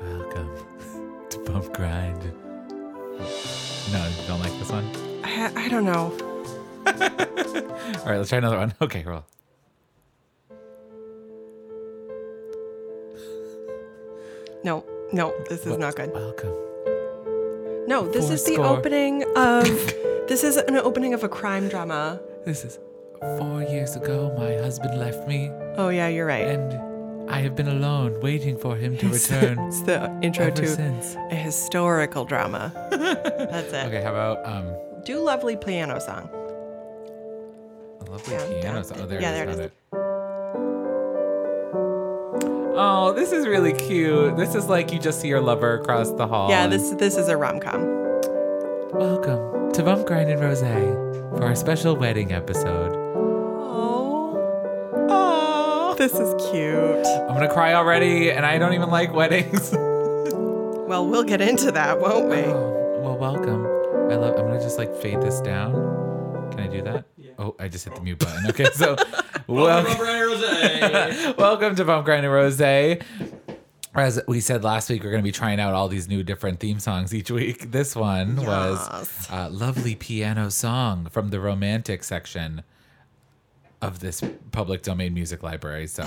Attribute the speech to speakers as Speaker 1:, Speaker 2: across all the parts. Speaker 1: welcome to Bump Grind. No, you don't like this one?
Speaker 2: I, I don't know.
Speaker 1: All right, let's try another one. Okay, roll.
Speaker 2: No, no, this is
Speaker 1: Wel-
Speaker 2: not good.
Speaker 1: Welcome.
Speaker 2: No, this
Speaker 1: Four
Speaker 2: is the
Speaker 1: score.
Speaker 2: opening of. this is an opening of a crime drama.
Speaker 1: This is four years ago. My husband left me,
Speaker 2: Oh yeah, you're right.
Speaker 1: and I have been alone waiting for him to return
Speaker 2: it's the intro
Speaker 1: ever
Speaker 2: to
Speaker 1: since.
Speaker 2: a historical drama. That's it.
Speaker 1: Okay, how about um,
Speaker 2: Do lovely piano song.
Speaker 1: a lovely
Speaker 2: Yeah,
Speaker 1: piano?
Speaker 2: yeah.
Speaker 1: song. Oh, there
Speaker 2: Yeah,
Speaker 1: it
Speaker 2: there
Speaker 1: is.
Speaker 2: it
Speaker 1: Found it. Oh, this is really cute. This is like you just see your lover across the hall.
Speaker 2: Yeah,
Speaker 1: and-
Speaker 2: this this is a rom com.
Speaker 1: Welcome to Bump Grind and Rose for our special wedding episode.
Speaker 2: Oh, oh, this is cute.
Speaker 1: I'm gonna cry already, and I don't even like weddings.
Speaker 2: Well, we'll get into that, won't we?
Speaker 1: Oh, well, welcome. I love. I'm gonna just like fade this down. Can I do that? Oh, I just hit the mute button. Okay, so welcome, welcome to Bump Grind and Rose. As we said last week, we're going to be trying out all these new different theme songs each week. This one was
Speaker 2: Yes.
Speaker 1: a lovely piano song from the romantic section of this public domain music library. So,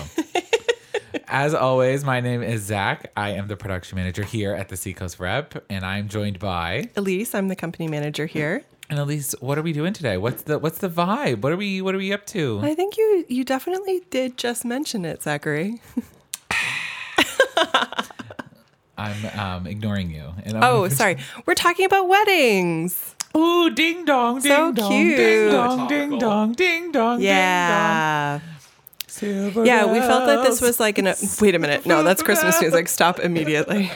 Speaker 1: as always, my name is Zach. I am the production manager here at the Seacoast Rep, and I'm joined by.
Speaker 2: Elise, I'm the company manager here.
Speaker 1: And Elise, what are we doing today? What's the what's the vibe? What are we what are we up to?
Speaker 2: I think you you definitely did just mention it, Zachary.
Speaker 1: I'm um, ignoring you. And I'm
Speaker 2: Oh, sorry. We're talking about weddings.
Speaker 1: Ooh, ding dong, ding
Speaker 2: So
Speaker 1: dong, ding
Speaker 2: cute.
Speaker 1: dong, ding
Speaker 3: Topical.
Speaker 1: dong, ding dong,
Speaker 2: Yeah.
Speaker 1: ding dong. Silver
Speaker 2: Yeah, we felt that this
Speaker 1: bells.
Speaker 2: was like an. Wait a minute. No, that's Christmas music. Stop immediately.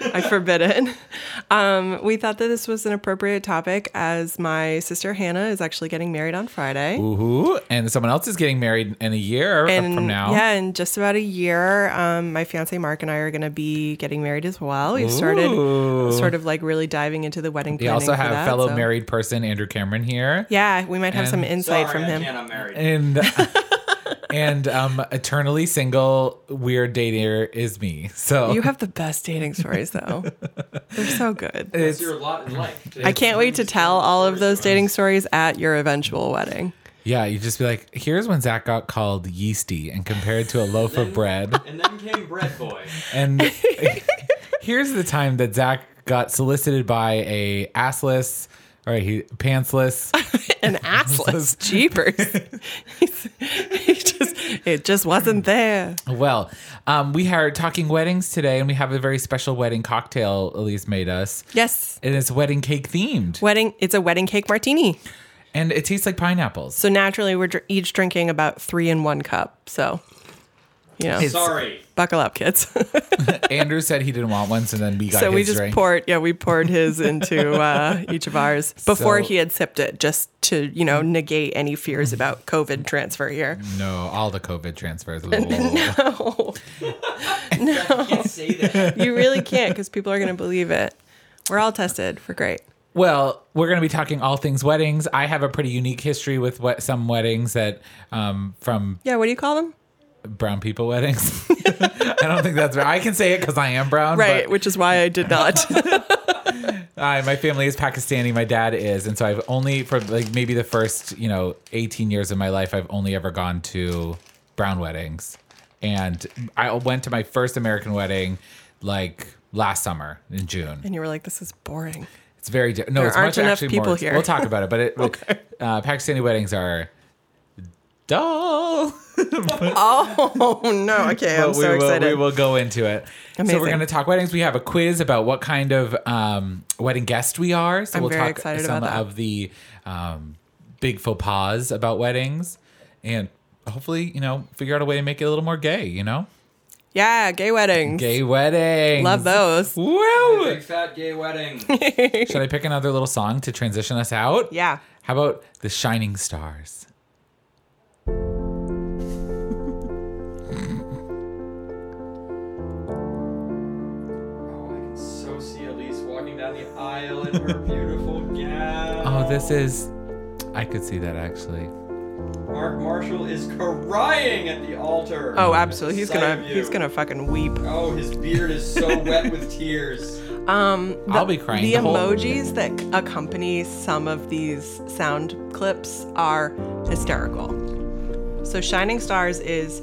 Speaker 2: I forbid it. Um, we thought that this was an appropriate topic as my sister Hannah is actually getting married on Friday.
Speaker 1: Ooh, and someone else is getting married in a year
Speaker 2: And
Speaker 1: from now.
Speaker 2: yeah, in just about a year, um, my fiance Mark and I are going to be getting married as well. We've started
Speaker 1: Ooh.
Speaker 2: sort of like really diving into the wedding.
Speaker 1: we
Speaker 2: planning
Speaker 1: also
Speaker 2: for
Speaker 1: have
Speaker 2: that,
Speaker 1: fellow
Speaker 2: so-
Speaker 1: married person Andrew Cameron here,
Speaker 2: Yeah, we might have some
Speaker 1: And-
Speaker 2: insight
Speaker 3: Sorry,
Speaker 2: from
Speaker 3: I
Speaker 2: him.
Speaker 3: can't, I'm married.
Speaker 1: and and um, eternally single weird dater is me. So
Speaker 2: You have the best dating stories, though. They're so good.
Speaker 3: It's your lot in life.
Speaker 2: I can't wait to tell all of those
Speaker 3: stories.
Speaker 2: dating stories at your eventual wedding.
Speaker 1: yeah, you just be like, here's when Zach got called yeasty and compared to a loaf of bread.
Speaker 3: And then came Bread Boy.
Speaker 1: And here's the time that Zach got solicited by a assless or he pantsless.
Speaker 2: An assless jeepers. he just, it just wasn't there.
Speaker 1: well, um, we are talking weddings today, and we have a very special wedding cocktail Elise made us.
Speaker 2: Yes.
Speaker 1: And it's wedding cake themed,
Speaker 2: Wedding, it's a wedding cake martini.
Speaker 1: and it tastes like pineapples.
Speaker 2: So naturally, we're dr- each drinking about three in one cup. So, you know,
Speaker 1: It's-
Speaker 3: Sorry.
Speaker 2: buckle up, kids.
Speaker 1: Andrew said he didn't want one, so then we got
Speaker 2: so we
Speaker 1: his
Speaker 2: just
Speaker 1: drink.
Speaker 2: poured, yeah, we poured his into uh, each of ours before
Speaker 1: So-
Speaker 2: he had sipped it, just to, you know, negate any fears about COVID transfer here.
Speaker 1: no, all the COVID transfers.
Speaker 2: No,
Speaker 3: I can't say that.
Speaker 2: you really can't because people are going to believe it. We're all tested for great.
Speaker 1: Well, we're going to be talking all things weddings. I have a pretty unique history with what some weddings that um, from
Speaker 2: Yeah, what do you call them?
Speaker 1: brown people weddings. I don't think that's right. I can say it because I am brown.
Speaker 2: Right,
Speaker 1: But
Speaker 2: which is why I did not.
Speaker 1: I, my family is Pakistani. My dad is, and so I've only for like maybe the first you know eighteen years of my life, I've only ever gone to brown weddings, and I went to my first American wedding like last summer in June.
Speaker 2: and you were like, this is boring.
Speaker 1: It's very di- no.
Speaker 2: There
Speaker 1: it's
Speaker 2: aren't
Speaker 1: much
Speaker 2: enough
Speaker 1: actually
Speaker 2: people
Speaker 1: more.
Speaker 2: here.
Speaker 1: We'll talk about it, but it, uh, Pakistani weddings are dull.
Speaker 2: Oh, no. Okay, I'm
Speaker 1: But
Speaker 2: so
Speaker 1: we will,
Speaker 2: excited.
Speaker 1: We will go into it. So we're
Speaker 2: Amazing.
Speaker 1: going to talk weddings. We have a quiz about what kind of um, wedding guest we are. So
Speaker 2: I'm
Speaker 1: we'll
Speaker 2: very
Speaker 1: talk
Speaker 2: excited
Speaker 1: some
Speaker 2: about that.
Speaker 1: of the um, big faux pas about weddings, and hopefully, you know, figure out a way to make it a little more gay. You know,
Speaker 2: Yeah, gay weddings.
Speaker 1: gay weddings.
Speaker 2: Love those.
Speaker 1: Woo!
Speaker 3: Big fat gay wedding. Oh,
Speaker 1: Should I pick another little song to transition us out?
Speaker 2: Yeah.
Speaker 1: How about the Shining Stars?
Speaker 3: Oh, I can so see Elise walking down the aisle in her beautiful gown.
Speaker 1: Oh, this is. I could see that actually.
Speaker 3: Mark Marshall is crying at the altar.
Speaker 2: Oh,
Speaker 3: at the
Speaker 2: absolutely. He's
Speaker 3: sight
Speaker 2: gonna
Speaker 3: of you.
Speaker 2: he's gonna fucking weep.
Speaker 3: Oh, his beard is so wet with tears.
Speaker 2: Um, the,
Speaker 1: I'll be crying
Speaker 2: The
Speaker 1: the whole-
Speaker 2: emojis that c- accompany some of these sound clips are hysterical. So, Shining Stars is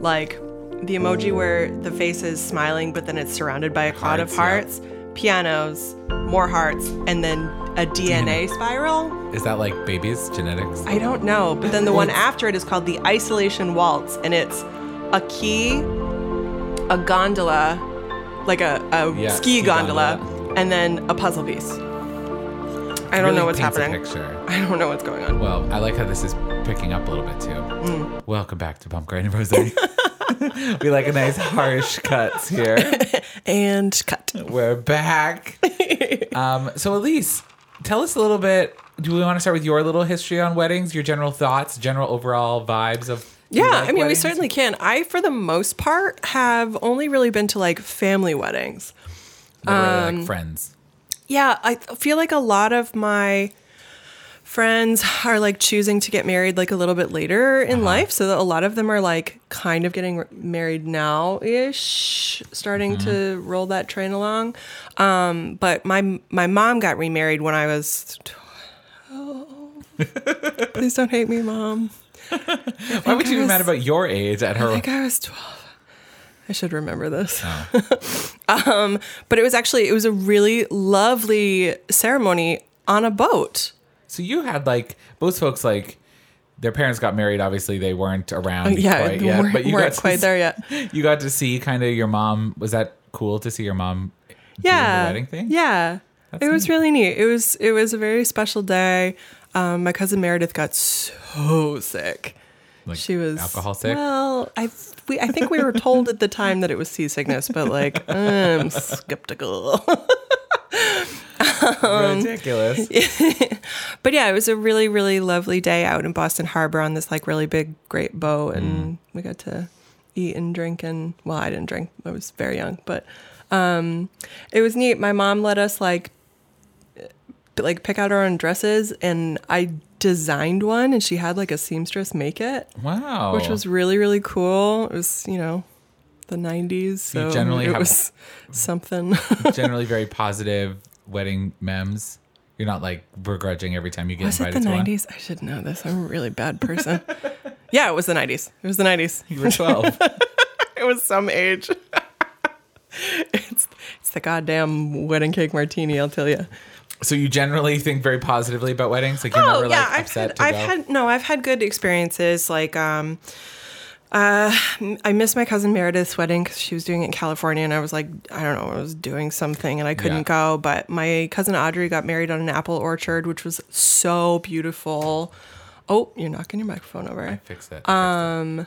Speaker 2: like the emoji where the face is smiling, but then it's surrounded by a cloud of
Speaker 1: Hearts,
Speaker 2: hearts, pianos, more hearts, and then a DNA spiral.
Speaker 1: Is that like babies genetics?
Speaker 2: I don't know. But then the one after it is called the Isolation Waltz, and it's a key, a gondola, like a, a
Speaker 1: Yeah,
Speaker 2: ski,
Speaker 1: ski
Speaker 2: gondola,
Speaker 1: gondola.
Speaker 2: and then a puzzle piece. I don't
Speaker 1: Really
Speaker 2: know what's
Speaker 1: paints A
Speaker 2: happening.
Speaker 1: picture.
Speaker 2: I don't know what's going on.
Speaker 1: Well, I like how this is picking up a little bit too.
Speaker 2: Mm.
Speaker 1: Welcome back to Pump Grind and Rose. we like a nice harsh cuts here.
Speaker 2: And cut.
Speaker 1: We're back. um, so Elise, tell us a little bit. Do we want to start with your little history on weddings? Your general thoughts, general overall vibes of do you
Speaker 2: Yeah,
Speaker 1: like
Speaker 2: I mean, we
Speaker 1: weddings?
Speaker 2: certainly can. I, for the most part, have only really been to like family weddings.
Speaker 1: Never really
Speaker 2: um,
Speaker 1: like friends.
Speaker 2: Yeah, I th- feel like a lot of my friends are like choosing to get married like a little bit later in life. So that a lot of them are like kind of getting r- married now ish, starting to roll that train along. Um, but my my mom got remarried when I was 12. Please don't hate me, mom.
Speaker 1: Why would you be
Speaker 2: was-
Speaker 1: mad about your age at her?
Speaker 2: I think I was 12. I should remember this.
Speaker 1: Oh.
Speaker 2: um, but it was actually it was a really lovely ceremony on a boat.
Speaker 1: So you had like most folks like their parents got married. Obviously, they weren't around
Speaker 2: yeah,
Speaker 1: quite
Speaker 2: they
Speaker 1: yet,
Speaker 2: weren't-
Speaker 1: but you
Speaker 2: weren't
Speaker 1: got
Speaker 2: quite
Speaker 1: to,
Speaker 2: there yet.
Speaker 1: You got to see kind of your mom. Was that cool to see your mom?
Speaker 2: yeah
Speaker 1: wedding thing?
Speaker 2: yeah
Speaker 1: That's
Speaker 2: it was
Speaker 1: neat.
Speaker 2: really neat it was it was a very special day um, my cousin meredith got so sick
Speaker 1: Like
Speaker 2: she was
Speaker 1: alcohol sick.
Speaker 2: well i we i think we were told at the time that it was seasickness but like i'm skeptical um,
Speaker 1: Ridiculous.
Speaker 2: but yeah it was a really really lovely day out in boston harbor on this like really big great boat
Speaker 1: Mm.
Speaker 2: and we got to eat and drink and well i didn't drink i was very young but um it was neat my mom let us like p- like pick out our own dresses and i designed one and she had like a seamstress make it
Speaker 1: Wow.
Speaker 2: which was really really cool it was you know the 90s so
Speaker 1: You generally
Speaker 2: it
Speaker 1: have-
Speaker 2: was something
Speaker 1: generally very positive wedding memes. You're not like begrudging every time you get
Speaker 2: Was it
Speaker 1: invited
Speaker 2: the
Speaker 1: to one.
Speaker 2: 90s? I should know this. I'm a really bad person. yeah, it was the 90s. It was the 90s.
Speaker 1: You were 12.
Speaker 2: It was some age. it's, it's the goddamn wedding cake martini, I'll tell you.
Speaker 1: so you generally think very positively about weddings. Like you're never like
Speaker 2: Oh, I've
Speaker 1: upset
Speaker 2: had,
Speaker 1: to
Speaker 2: I've
Speaker 1: go.
Speaker 2: had no, I've had good experiences. Like, um, uh, I missed my cousin Meredith's wedding because she was doing it in California, and I was like, I don't know, I was doing something and I couldn't
Speaker 1: Yeah.
Speaker 2: go. But my cousin Audrey got married on an apple orchard, which was so beautiful. Oh, you're knocking your microphone over.
Speaker 1: I fixed it. Um.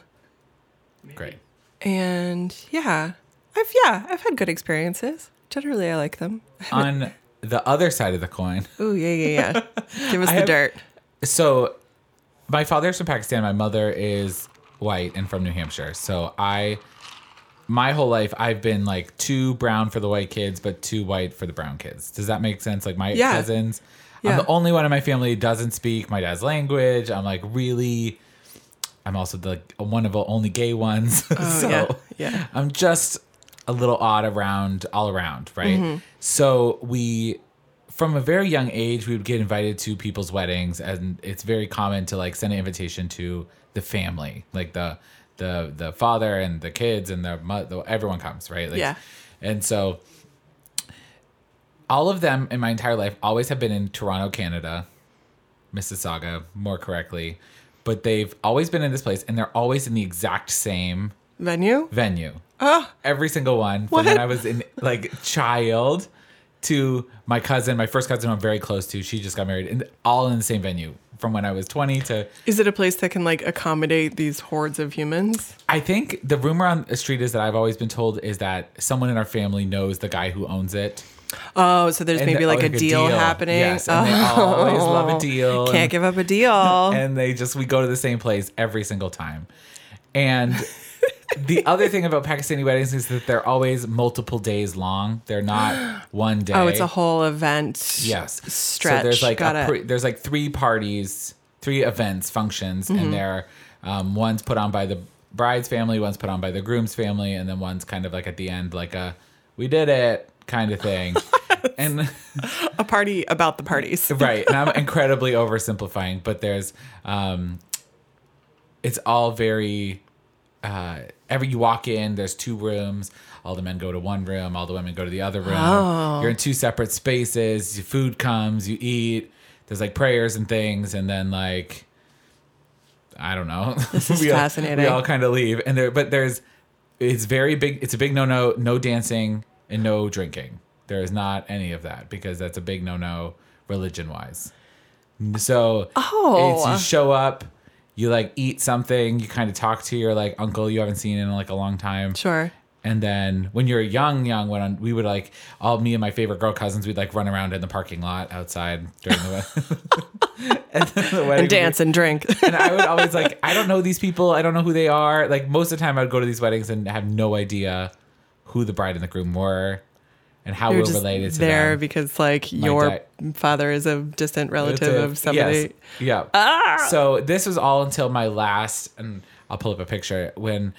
Speaker 1: Great.
Speaker 2: and yeah, I've yeah, I've had good experiences. Generally, I like them.
Speaker 1: On the other side of the coin.
Speaker 2: Ooh, yeah, yeah, yeah. Give us
Speaker 1: I
Speaker 2: the
Speaker 1: have-
Speaker 2: dirt.
Speaker 1: So, my father's from Pakistan. My mother is white and from New Hampshire. So I, my whole life, I've been like too brown for the white kids, but too white for the brown kids. Does that make sense? Like my
Speaker 2: Yeah.
Speaker 1: cousins,
Speaker 2: Yeah.
Speaker 1: I'm the only one in my family who doesn't speak my dad's language. I'm like really. I'm also the one of the only gay ones. so
Speaker 2: Oh, yeah, yeah.
Speaker 1: I'm just a little odd around all around, right?
Speaker 2: Mm-hmm.
Speaker 1: So we from a very young age we would get invited to people's weddings and it's very common to like send an invitation to the family, like the the the father and the kids and the mother everyone comes, right? Like
Speaker 2: Yeah.
Speaker 1: and so all of them in my entire life always have been in Toronto, Canada, Mississauga, more correctly. But they've always been in this place and they're always in the exact same
Speaker 2: Venue?
Speaker 1: venue. Oh. Every single one. From when
Speaker 2: What?
Speaker 1: I was in like child to my cousin, my first cousin I'm very close to. She just got married and all in the same venue from when I was 20 to
Speaker 2: Is it a place that can like accommodate these hordes of humans?
Speaker 1: I think the rumor on the street is that I've always been told is that someone in our family knows the guy who owns it.
Speaker 2: Oh, so there's
Speaker 1: And
Speaker 2: maybe
Speaker 1: the-
Speaker 2: like
Speaker 1: oh,
Speaker 2: a deal, happening. Oh.
Speaker 1: Yes, and they always love a deal.
Speaker 2: Can't
Speaker 1: and-
Speaker 2: give up a deal.
Speaker 1: and they just we go to the same place every single time. And the other thing about Pakistani weddings is that they're always multiple days long. They're not one day.
Speaker 2: oh, it's a Oh, whole event.
Speaker 1: yes
Speaker 2: Stretch.
Speaker 1: So there's like
Speaker 2: Got
Speaker 1: a
Speaker 2: it.
Speaker 1: pre- there's like three parties, three events functions,
Speaker 2: Mm-hmm.
Speaker 1: and they're um, one's put on by the bride's family, one's put on by the groom's family, and then one's kind of like at the end, like a "we did it" kind of thing. and
Speaker 2: A party about the parties.
Speaker 1: right and i'm incredibly oversimplifying but there's um it's all very uh every you walk in there's two rooms all the men go to one room all the women go to the other room
Speaker 2: Oh.
Speaker 1: you're in two separate spaces food comes you eat there's like prayers and things and then like i don't know this
Speaker 2: is
Speaker 1: we all-
Speaker 2: fascinating.
Speaker 1: we all kind of leave and there but there's it's very big it's a big no-no no dancing and no drinking there is not any of that because that's a big no-no religion wise so
Speaker 2: Oh.
Speaker 1: it's, you show up you like eat something you kind of talk to your like uncle you haven't seen in like a long time
Speaker 2: Sure.
Speaker 1: and then when you're young, young, when we would like all me and my favorite girl cousins, we'd like run around in the parking lot outside during the, and then the wedding.
Speaker 2: And dance and drink.
Speaker 1: And I would always like, I don't know these people. I don't know who they are. Like most of the time, I would go to these weddings and have no idea who the bride and the groom were and how we
Speaker 2: You're
Speaker 1: are
Speaker 2: just
Speaker 1: related to
Speaker 2: there
Speaker 1: them.
Speaker 2: because like your father is a distant relative
Speaker 1: It's a-
Speaker 2: of somebody. Ah!
Speaker 1: yes, Yeah. So this was all until my last, and I'll pull up a picture when.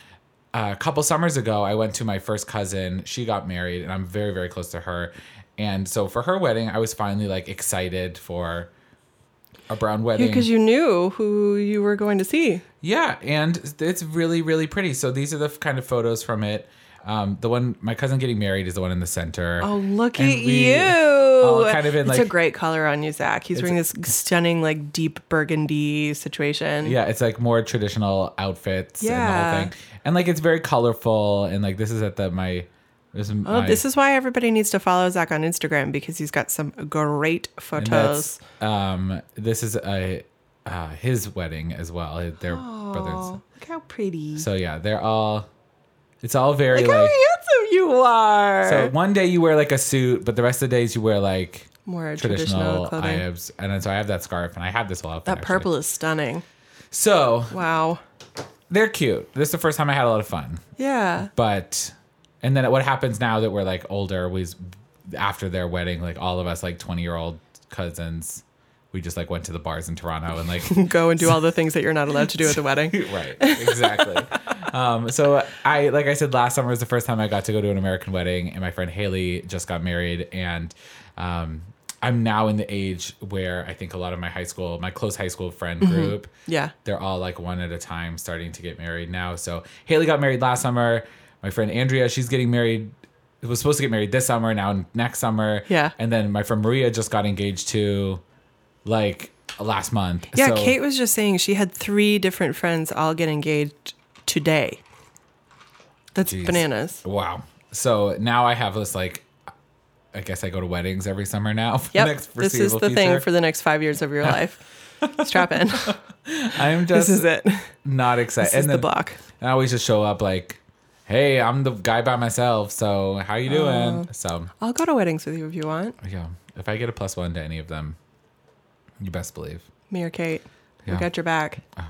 Speaker 1: uh, A couple summers ago, I went to my first cousin. She got married, and I'm very, very close to her. And so for her wedding, I was finally like excited for a brown wedding.
Speaker 2: Because you knew who you were going to see.
Speaker 1: Yeah, and it's really, really pretty. So these are the f- kind of photos from it. Um, the one my cousin getting married is the one in the center.
Speaker 2: Oh, look
Speaker 1: And
Speaker 2: at
Speaker 1: we
Speaker 2: you!
Speaker 1: all kind of in,
Speaker 2: it's a
Speaker 1: like-
Speaker 2: great color on you, Zach. He's wearing this stunning, like deep burgundy situation.
Speaker 1: Yeah, it's like more traditional outfits and the
Speaker 2: Yeah.
Speaker 1: whole thing. And like it's very colorful and like this is at the my this is
Speaker 2: Oh,
Speaker 1: my,
Speaker 2: this is why everybody needs to follow Zach on Instagram because he's got some great
Speaker 1: and
Speaker 2: photos.
Speaker 1: that's, um this is a uh, his wedding as well. uh, Their brothers.
Speaker 2: Oh, look how pretty!
Speaker 1: So yeah, they're all it's all very
Speaker 2: look how
Speaker 1: like
Speaker 2: handsome you are!
Speaker 1: so one day you wear like a suit, but the rest of the days you wear like
Speaker 2: More
Speaker 1: traditional
Speaker 2: traditional, clothing.
Speaker 1: items. And then, so I have that scarf and I have this whole outfit.
Speaker 2: that
Speaker 1: actually.
Speaker 2: purple is stunning.
Speaker 1: So
Speaker 2: Wow.
Speaker 1: they're cute. This is the first time I had a lot of fun.
Speaker 2: Yeah.
Speaker 1: But, and then what happens now that we're like older, we, after their wedding, like all of us, like 20 year old cousins, we just like went to the bars in Toronto and like,
Speaker 2: Go and do all the things that you're not allowed to do at the wedding.
Speaker 1: right, exactly. um, so I, like I said, last summer was the first time I got to go to an American wedding and my friend Haley just got married and, um, I'm now in the age where I think a lot of my high school, my close high school friend
Speaker 2: Mm-hmm.
Speaker 1: group,
Speaker 2: Yeah.
Speaker 1: they're all like one at a time starting to get married now. So Haley got married last summer. My friend Andrea, she's getting married. Was supposed to get married this summer, now next summer.
Speaker 2: Yeah.
Speaker 1: And then my friend Maria just got engaged to, like last month.
Speaker 2: Yeah,
Speaker 1: So-
Speaker 2: Kate was just saying she had three different friends all get engaged today. That's
Speaker 1: Jeez.
Speaker 2: bananas.
Speaker 1: Wow. So now I have this like, I guess I go to weddings every summer now. For
Speaker 2: Yep.
Speaker 1: the next
Speaker 2: this is
Speaker 1: foreseeable
Speaker 2: the thing
Speaker 1: future.
Speaker 2: for the next five years of your life. Strap in.
Speaker 1: I'm just
Speaker 2: This is it. This
Speaker 1: not excited.
Speaker 2: is
Speaker 1: and
Speaker 2: the
Speaker 1: then
Speaker 2: block.
Speaker 1: I always just show up like, hey, I'm the guy by myself. So how you
Speaker 2: Oh.
Speaker 1: doing? so
Speaker 2: I'll go to weddings with you if you want.
Speaker 1: Yeah. If I get a plus one to any of them, you best believe.
Speaker 2: Me or Kate.
Speaker 1: Yeah.
Speaker 2: We got your back.
Speaker 1: Oh,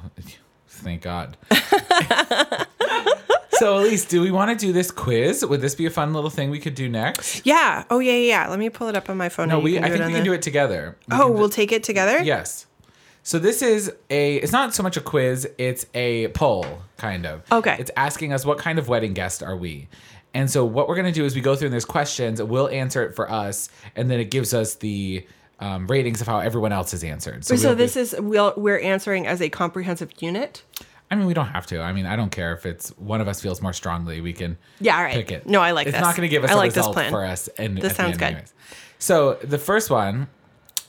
Speaker 1: thank God. so, Elise, do we want to do this quiz? Would this be a fun little thing we could do next?
Speaker 2: Yeah. Oh yeah, yeah. yeah. Let me pull it up on my phone.
Speaker 1: No,
Speaker 2: and you
Speaker 1: we.
Speaker 2: can
Speaker 1: I
Speaker 2: do
Speaker 1: think
Speaker 2: on
Speaker 1: we can
Speaker 2: the-
Speaker 1: do it together. We
Speaker 2: Oh,
Speaker 1: can do-
Speaker 2: we'll take it together.
Speaker 1: yes. So this is a. It's not so much a quiz. It's a poll, kind of.
Speaker 2: Okay.
Speaker 1: It's asking us what kind of wedding guest are we. And so what we're gonna do is we go through and there's questions. We'll answer it for us, and then it gives us the um, ratings of how everyone else has answered.
Speaker 2: So,
Speaker 1: we'll do-
Speaker 2: this is we'll, we're answering as a comprehensive unit.
Speaker 1: I mean, we don't have to. I mean, I don't care if it's one of us feels more strongly. We can
Speaker 2: Yeah, all right.
Speaker 1: pick it.
Speaker 2: No, I like
Speaker 1: it's
Speaker 2: this.
Speaker 1: not going to give us
Speaker 2: I
Speaker 1: a
Speaker 2: like this
Speaker 1: result
Speaker 2: plan.
Speaker 1: for us. And
Speaker 2: This
Speaker 1: at the
Speaker 2: sounds
Speaker 1: end
Speaker 2: good.
Speaker 1: anyways. So the first one: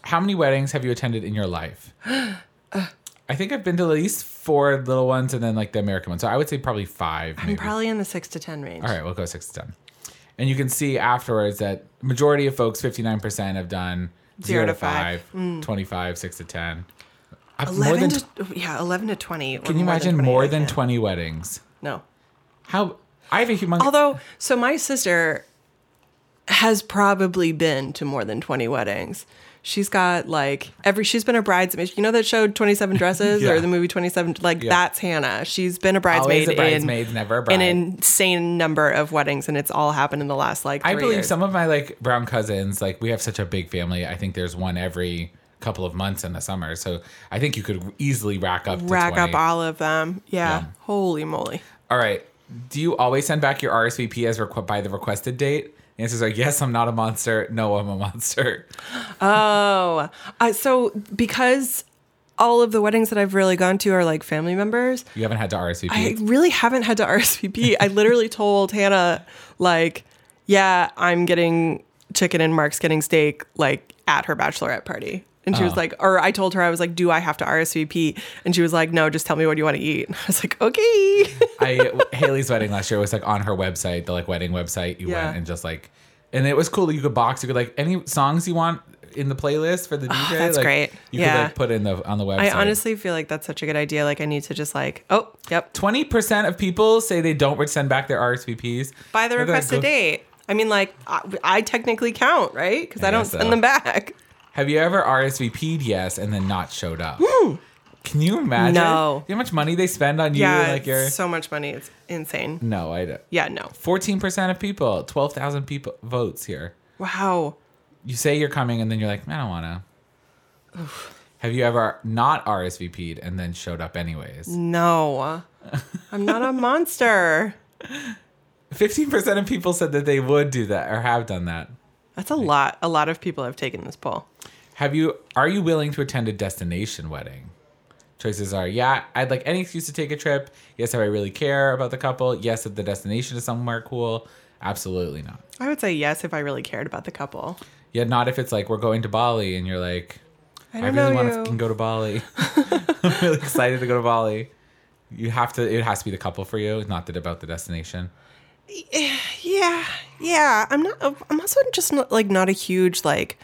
Speaker 1: How many weddings have you attended in your life? I think I've been to at least four little ones, and then like the American one. So I would say probably five. Maybe.
Speaker 2: I'm probably in the six to ten range.
Speaker 1: All right, we'll go six to ten. And you can see afterwards that majority of folks, fifty nine percent, have done zero, to five, 25, six to ten. Uh, more
Speaker 2: Hmm. Eleven
Speaker 1: than
Speaker 2: to
Speaker 1: tw-
Speaker 2: yeah, eleven to twenty.
Speaker 1: can you imagine more than twenty weddings?
Speaker 2: No.
Speaker 1: How I have a humongous.
Speaker 2: Although, so my sister has probably been to more than 20 weddings. She's got like every, she's been a bridesmaid. You know that show 27 Dresses
Speaker 1: Yeah.
Speaker 2: or the movie 27? Like
Speaker 1: Yeah.
Speaker 2: that's Hannah. She's been a bridesmaid,
Speaker 1: Always a bridesmaid,
Speaker 2: in
Speaker 1: never a
Speaker 2: an
Speaker 1: bride.
Speaker 2: insane number of weddings, and it's all happened in the last like three
Speaker 1: I believe
Speaker 2: years.
Speaker 1: some of my like brown cousins, like we have such a big family. I think there's one every couple of months in the summer. So I think you could easily rack up. To
Speaker 2: Rack up
Speaker 1: 20.
Speaker 2: all of them. Yeah.
Speaker 1: Yeah.
Speaker 2: Holy moly.
Speaker 1: All right. Do you always send back your RSVP as requ- by the requested date? The answers are yes. I'm not a monster. No, I'm a monster.
Speaker 2: Oh, uh, so because all of the weddings that I've really gone to are like family members,
Speaker 1: You haven't had to RSVP.
Speaker 2: I really haven't had to RSVP. I literally told Hannah, like, yeah, I'm getting chicken and Mark's getting steak, like at her bachelorette party. And
Speaker 1: Oh.
Speaker 2: she was like, or I told her, I was like, do I have to RSVP? And she was like, no, just tell me what you want to eat. I was like, okay.
Speaker 1: I Haley's wedding last year was like on her website, the like wedding website. You
Speaker 2: Yeah.
Speaker 1: went and just like, and it was cool that you could box. You could like any songs you want in the playlist for the DJ.
Speaker 2: that's
Speaker 1: like,
Speaker 2: great.
Speaker 1: You could
Speaker 2: Yeah.
Speaker 1: like put in the on the website.
Speaker 2: I honestly feel like that's such a good idea. Like, I need to just, like, oh, yep,
Speaker 1: Twenty percent of people say they don't send back their RSVPs
Speaker 2: by the
Speaker 1: They're gonna
Speaker 2: requested
Speaker 1: go-
Speaker 2: date. I mean, like, I, I technically count, right? Because I,
Speaker 1: I
Speaker 2: don't
Speaker 1: guess
Speaker 2: send
Speaker 1: so.
Speaker 2: them back.
Speaker 1: Have you ever RSVP'd yes and then not showed up? Can you imagine?
Speaker 2: No.
Speaker 1: You know How much money they spend on you?
Speaker 2: yeah,
Speaker 1: like your
Speaker 2: it's so much money. It's insane.
Speaker 1: no, I don't.
Speaker 2: Yeah, no.
Speaker 1: Fourteen percent of people, twelve thousand people votes here.
Speaker 2: Wow.
Speaker 1: you say you're coming and then you're like, I don't wanna. Have you ever not RSVP'd and then showed up anyways?
Speaker 2: No, I'm not a monster.
Speaker 1: Fifteen percent of people said that they would do that or have done that.
Speaker 2: That's a lot. A lot of people have taken this poll.
Speaker 1: Have you are you willing to attend a destination wedding? Choices are yeah, I'd like any excuse to take a trip. Yes, if I really care about the couple. Yes, if the destination is somewhere cool. Absolutely not.
Speaker 2: I would say yes if I really cared about the couple.
Speaker 1: Yeah, not if it's like we're going to Bali and you're like,
Speaker 2: I
Speaker 1: I,
Speaker 2: don't
Speaker 1: really
Speaker 2: know
Speaker 1: want
Speaker 2: you.
Speaker 1: to fucking go to Bali. I'm really excited to go to Bali. You have to. It has to be the couple for you, not that about the destination.
Speaker 2: yeah, yeah. I'm not. I'm also just not, like not a huge like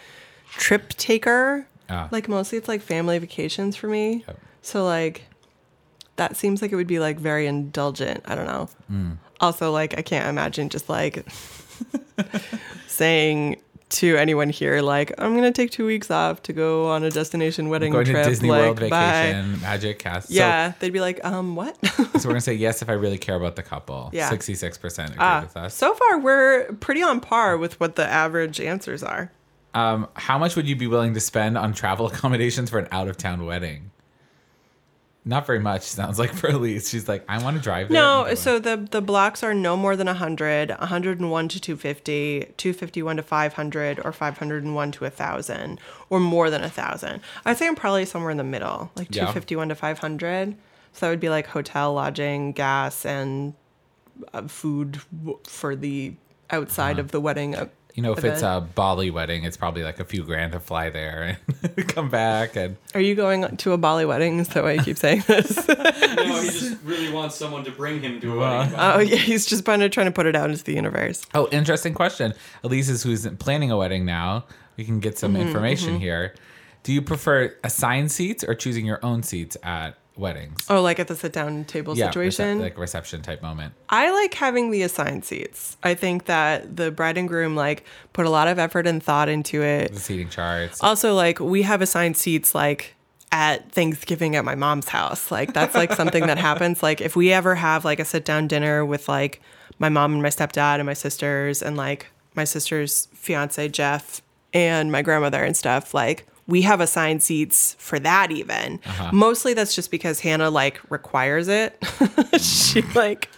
Speaker 2: trip taker.
Speaker 1: Ah.
Speaker 2: Like mostly it's like family vacations for me.
Speaker 1: Yep.
Speaker 2: So like that seems like it would be like very indulgent. I don't know.
Speaker 1: Mm.
Speaker 2: Also like I can't imagine just like saying to anyone here like I'm gonna take two weeks off to go on a destination wedding
Speaker 1: Going
Speaker 2: trip.
Speaker 1: to Disney
Speaker 2: like,
Speaker 1: World
Speaker 2: bye.
Speaker 1: vacation, Magic Cast.
Speaker 2: Yeah, they'd be like, um, what?
Speaker 1: So, so we're gonna say yes if I really care about the couple.
Speaker 2: Yeah.
Speaker 1: Sixty-six percent agree
Speaker 2: Ah,
Speaker 1: with us.
Speaker 2: so far, we're pretty on par with what the average answers are.
Speaker 1: Um, how much would you be willing to spend on travel accommodations for an out-of-town wedding? Not very much. Sounds like for Elise. She's like, I want to drive. there and
Speaker 2: No,
Speaker 1: go
Speaker 2: so the the blocks are no more than 100, 101 to 250, 251 to 500, or 501 to 1,000, or more than 1,000. I'd say I'm probably somewhere in the middle, like
Speaker 1: Yeah.
Speaker 2: 251 to 500. So that would be like hotel, lodging, gas, and uh, food w- for the outside of the wedding. uh,
Speaker 1: You know, if it's
Speaker 2: event.
Speaker 1: a Bali wedding, it's probably like a few grand to fly there and come back. And
Speaker 2: Are you going to a Bali wedding? Is that why you keep saying this?
Speaker 3: No, he just really wants someone to bring him to a wedding.
Speaker 2: oh, yeah, he's just trying to, trying to put it out into the universe.
Speaker 1: oh, interesting question. Elise is who's planning a wedding now. We can get
Speaker 2: Mm-hmm,
Speaker 1: some information here. Do you prefer assigned seats or choosing your own seats at weddings?
Speaker 2: Oh, like at the sit down table
Speaker 1: Yeah, recep-
Speaker 2: situation?
Speaker 1: like reception type moment.
Speaker 2: I like having the assigned seats. I think that the bride and groom like put a lot of effort and thought into
Speaker 1: The
Speaker 2: it.
Speaker 1: seating charts.
Speaker 2: Also, like we have assigned seats like at Thanksgiving at my mom's house. Like that's like something that happens. Like if we ever have like a sit down dinner with like my mom and my stepdad and my sisters and like my sister's fiance Jeff and my grandmother and stuff, like we have assigned seats for that even. Mostly that's just because Hannah like requires it. she like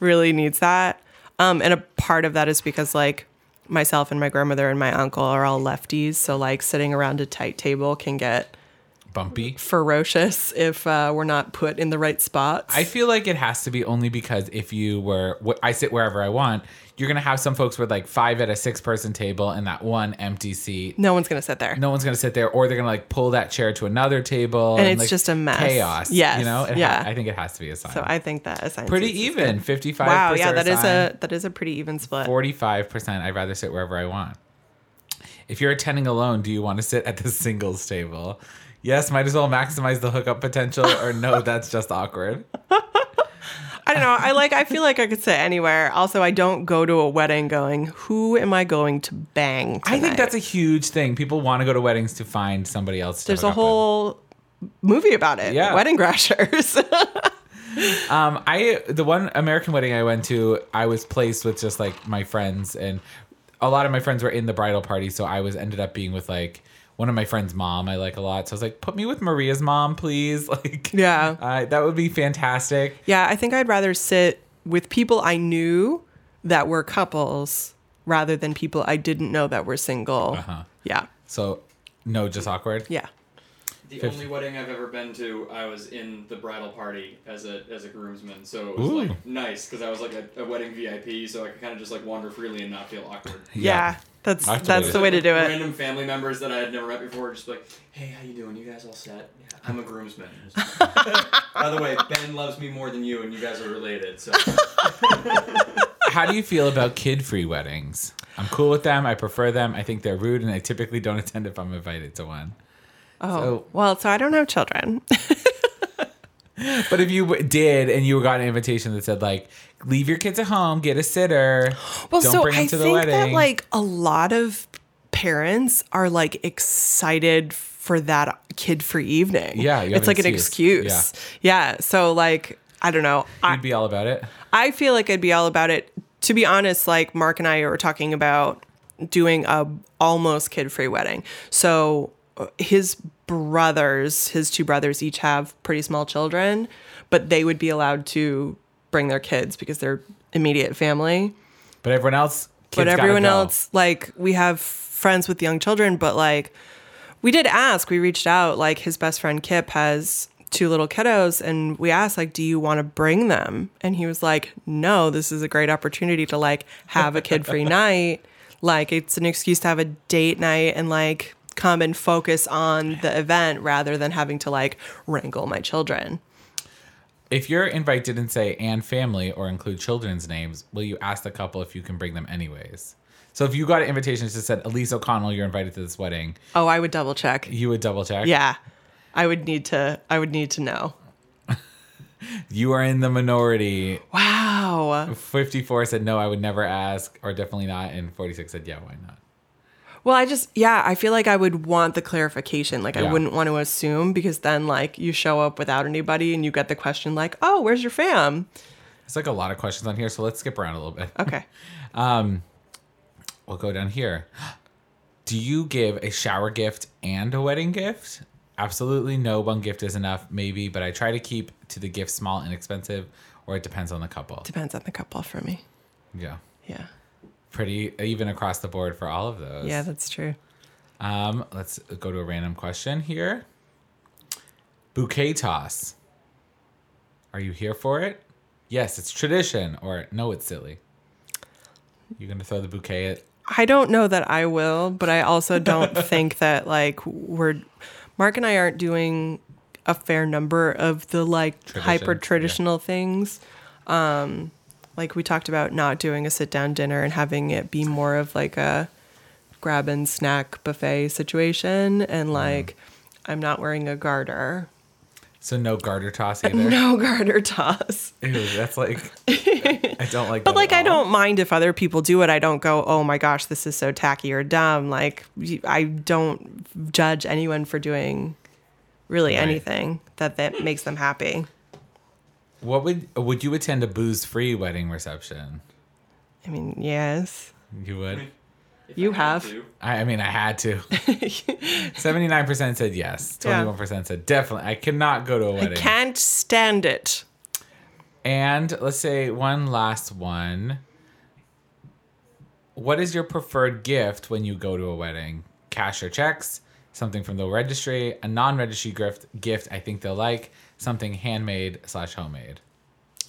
Speaker 2: really needs that. Um, and a part of that is because like myself and my grandmother and my uncle are all lefties, so like sitting around a tight table can get
Speaker 1: Bumpy.
Speaker 2: ferocious if uh, we're not put in the right spots.
Speaker 1: I feel like it has to be only because if you were, wh- I sit wherever I want, you're going to have some folks with like five at a six person table and that one empty seat.
Speaker 2: no one's gonna sit there.
Speaker 1: no one's gonna sit there, or they're gonna like pull that chair to another table,
Speaker 2: And it's
Speaker 1: like,
Speaker 2: just a mess.
Speaker 1: chaos.
Speaker 2: Yes.
Speaker 1: you know, It ha-
Speaker 2: Yeah.
Speaker 1: I think it has to be a sign.
Speaker 2: So I think that assigned
Speaker 1: pretty
Speaker 2: seats is
Speaker 1: even, fifty
Speaker 2: good.
Speaker 1: five.
Speaker 2: Wow, yeah, that is a that is a pretty even split.
Speaker 1: forty five percent. I'd rather sit wherever I want. If you're attending alone, do you want to sit at the singles table? Yes, might as well maximize the hookup potential, or no, that's just awkward.
Speaker 2: I don't know. I like. I feel like I could sit anywhere. Also, I don't go to a wedding going. Who am I going to bang?
Speaker 1: I think
Speaker 2: tonight?"
Speaker 1: that's a huge thing. People want to go to weddings to find somebody else. To
Speaker 2: There's
Speaker 1: hook
Speaker 2: a
Speaker 1: up with.
Speaker 2: whole movie about it.
Speaker 1: Yeah.
Speaker 2: Wedding Crashers.
Speaker 1: Um, I the one American wedding I went to, I was placed with just like my friends, and a lot of my friends were in the bridal party, so I was ended up being with like one of my friend's mom I like a lot. So I was like, put me with Maria's mom, please. Like,
Speaker 2: Yeah.
Speaker 1: I- that would be fantastic.
Speaker 2: Yeah, I think I'd rather sit with people I knew that were couples rather than people I didn't know that were single.
Speaker 1: Uh-huh.
Speaker 2: Yeah.
Speaker 1: So, no, just awkward.
Speaker 2: Yeah.
Speaker 3: The
Speaker 1: Fifty.
Speaker 3: only wedding I've ever been to, I was in the bridal party as a as a groomsman, so it was
Speaker 1: Ooh.
Speaker 3: like nice because I was like a, a wedding VIP, so I could kind of just like wander freely and not feel awkward.
Speaker 2: Yeah.
Speaker 1: Yeah.
Speaker 2: That's
Speaker 1: That's the
Speaker 2: that's
Speaker 1: way
Speaker 2: the way to do it.
Speaker 3: Random family members that I had never met before, just like, hey, how you doing? You guys all set? Yeah, I'm a groomsman. By the way, Ben loves me more than you, and you guys are related, so
Speaker 1: How do you feel about kid free weddings? I'm cool with them. I prefer them. I think they're rude, and I typically don't attend if I'm invited to one.
Speaker 2: Oh.
Speaker 1: So-
Speaker 2: well, so I don't have children.
Speaker 1: But if you w- did and you got an invitation that said like, leave your kids at home, get a sitter.
Speaker 2: Well,
Speaker 1: don't
Speaker 2: so
Speaker 1: bring 'em
Speaker 2: I
Speaker 1: to the
Speaker 2: think that
Speaker 1: wedding.
Speaker 2: like a lot of parents are like excited for that kid free evening.
Speaker 1: Yeah, you have
Speaker 2: It's like an
Speaker 1: an excuse.
Speaker 2: excuse. Yeah. So like I don't know. I,
Speaker 1: You'd be all about it.
Speaker 2: I feel like I'd be all about it. To be honest, like Mark and I were talking about doing a almost kid free wedding. So uh, his brothers, his two brothers, each have pretty small children, but they would be allowed to bring their kids because they're immediate family.
Speaker 1: But everyone else,
Speaker 2: but
Speaker 1: kids gotta
Speaker 2: everyone
Speaker 1: go.
Speaker 2: else, like we have friends with young children, but like we did ask, we reached out, like his best friend Kip has two little kiddos and we asked like do you want to bring them and he was like no this is a great opportunity to like have a kid free night like it's an excuse to have a date night and like come and focus on the event rather than having to like wrangle my children
Speaker 1: If your invite didn't say and family or include children's names, will you ask the couple if you can bring them anyways? So if you got an invitation that said Elise O'Connell, you're invited to this wedding,
Speaker 2: oh i would double check
Speaker 1: you would double check.
Speaker 2: yeah i would need to i would need to know
Speaker 1: You are in the minority.
Speaker 2: wow
Speaker 1: 54 said no, I would never ask, or definitely not. And 46 said yeah, why not?
Speaker 2: Well, I just yeah, I feel like I would want the clarification. Like
Speaker 1: Yeah.
Speaker 2: I wouldn't want to assume because then like you show up without anybody and you get the question like, "Oh, where's your fam?"
Speaker 1: It's like a lot of questions on here, so let's skip around a little bit.
Speaker 2: Okay.
Speaker 1: We'll go down here. Do you give a shower gift and a wedding gift? Absolutely no one gift is enough, maybe, but I try to keep to the gift small and expensive, or it depends on the couple.
Speaker 2: Depends on the couple for me.
Speaker 1: Yeah.
Speaker 2: Yeah.
Speaker 1: Pretty even across the board for all of those.
Speaker 2: Yeah, that's true.
Speaker 1: Um, let's go to a random question here. Bouquet toss. Are you here for it? Yes, it's tradition, or no, it's silly. You're gonna throw the bouquet at
Speaker 2: I don't know that I will, but I also don't think that like we're Mark and I aren't doing a fair number of the like
Speaker 1: Traditions,
Speaker 2: hyper
Speaker 1: yeah.
Speaker 2: traditional things. Um like we talked about not doing a sit down dinner and having it be more of like a grab and snack buffet situation and like I'm not wearing a garter.
Speaker 1: so no garter toss either.
Speaker 2: No garter toss.
Speaker 1: Ew, that's like I don't like.
Speaker 2: But
Speaker 1: that
Speaker 2: like
Speaker 1: at
Speaker 2: I
Speaker 1: all.
Speaker 2: don't mind if other people do it. I don't go, "Oh my gosh, this is so tacky or dumb." Like you- I don't judge anyone for doing really
Speaker 1: Right.
Speaker 2: anything that that makes them happy.
Speaker 1: What would would you attend a booze free wedding reception?
Speaker 2: I mean, yes.
Speaker 1: You would.
Speaker 3: If
Speaker 2: You
Speaker 3: I had
Speaker 2: have.
Speaker 3: to,
Speaker 1: I, I mean, I had to. Seventy nine percent said yes.
Speaker 2: Yeah.
Speaker 1: Twenty one percent said definitely. I cannot go to a wedding.
Speaker 2: Can't stand it.
Speaker 1: And let's say one last one. What is your preferred gift when you go to a wedding? Cash or checks? Something from the registry? A non registry gift? Gift I think they'll like. Something handmade slash homemade.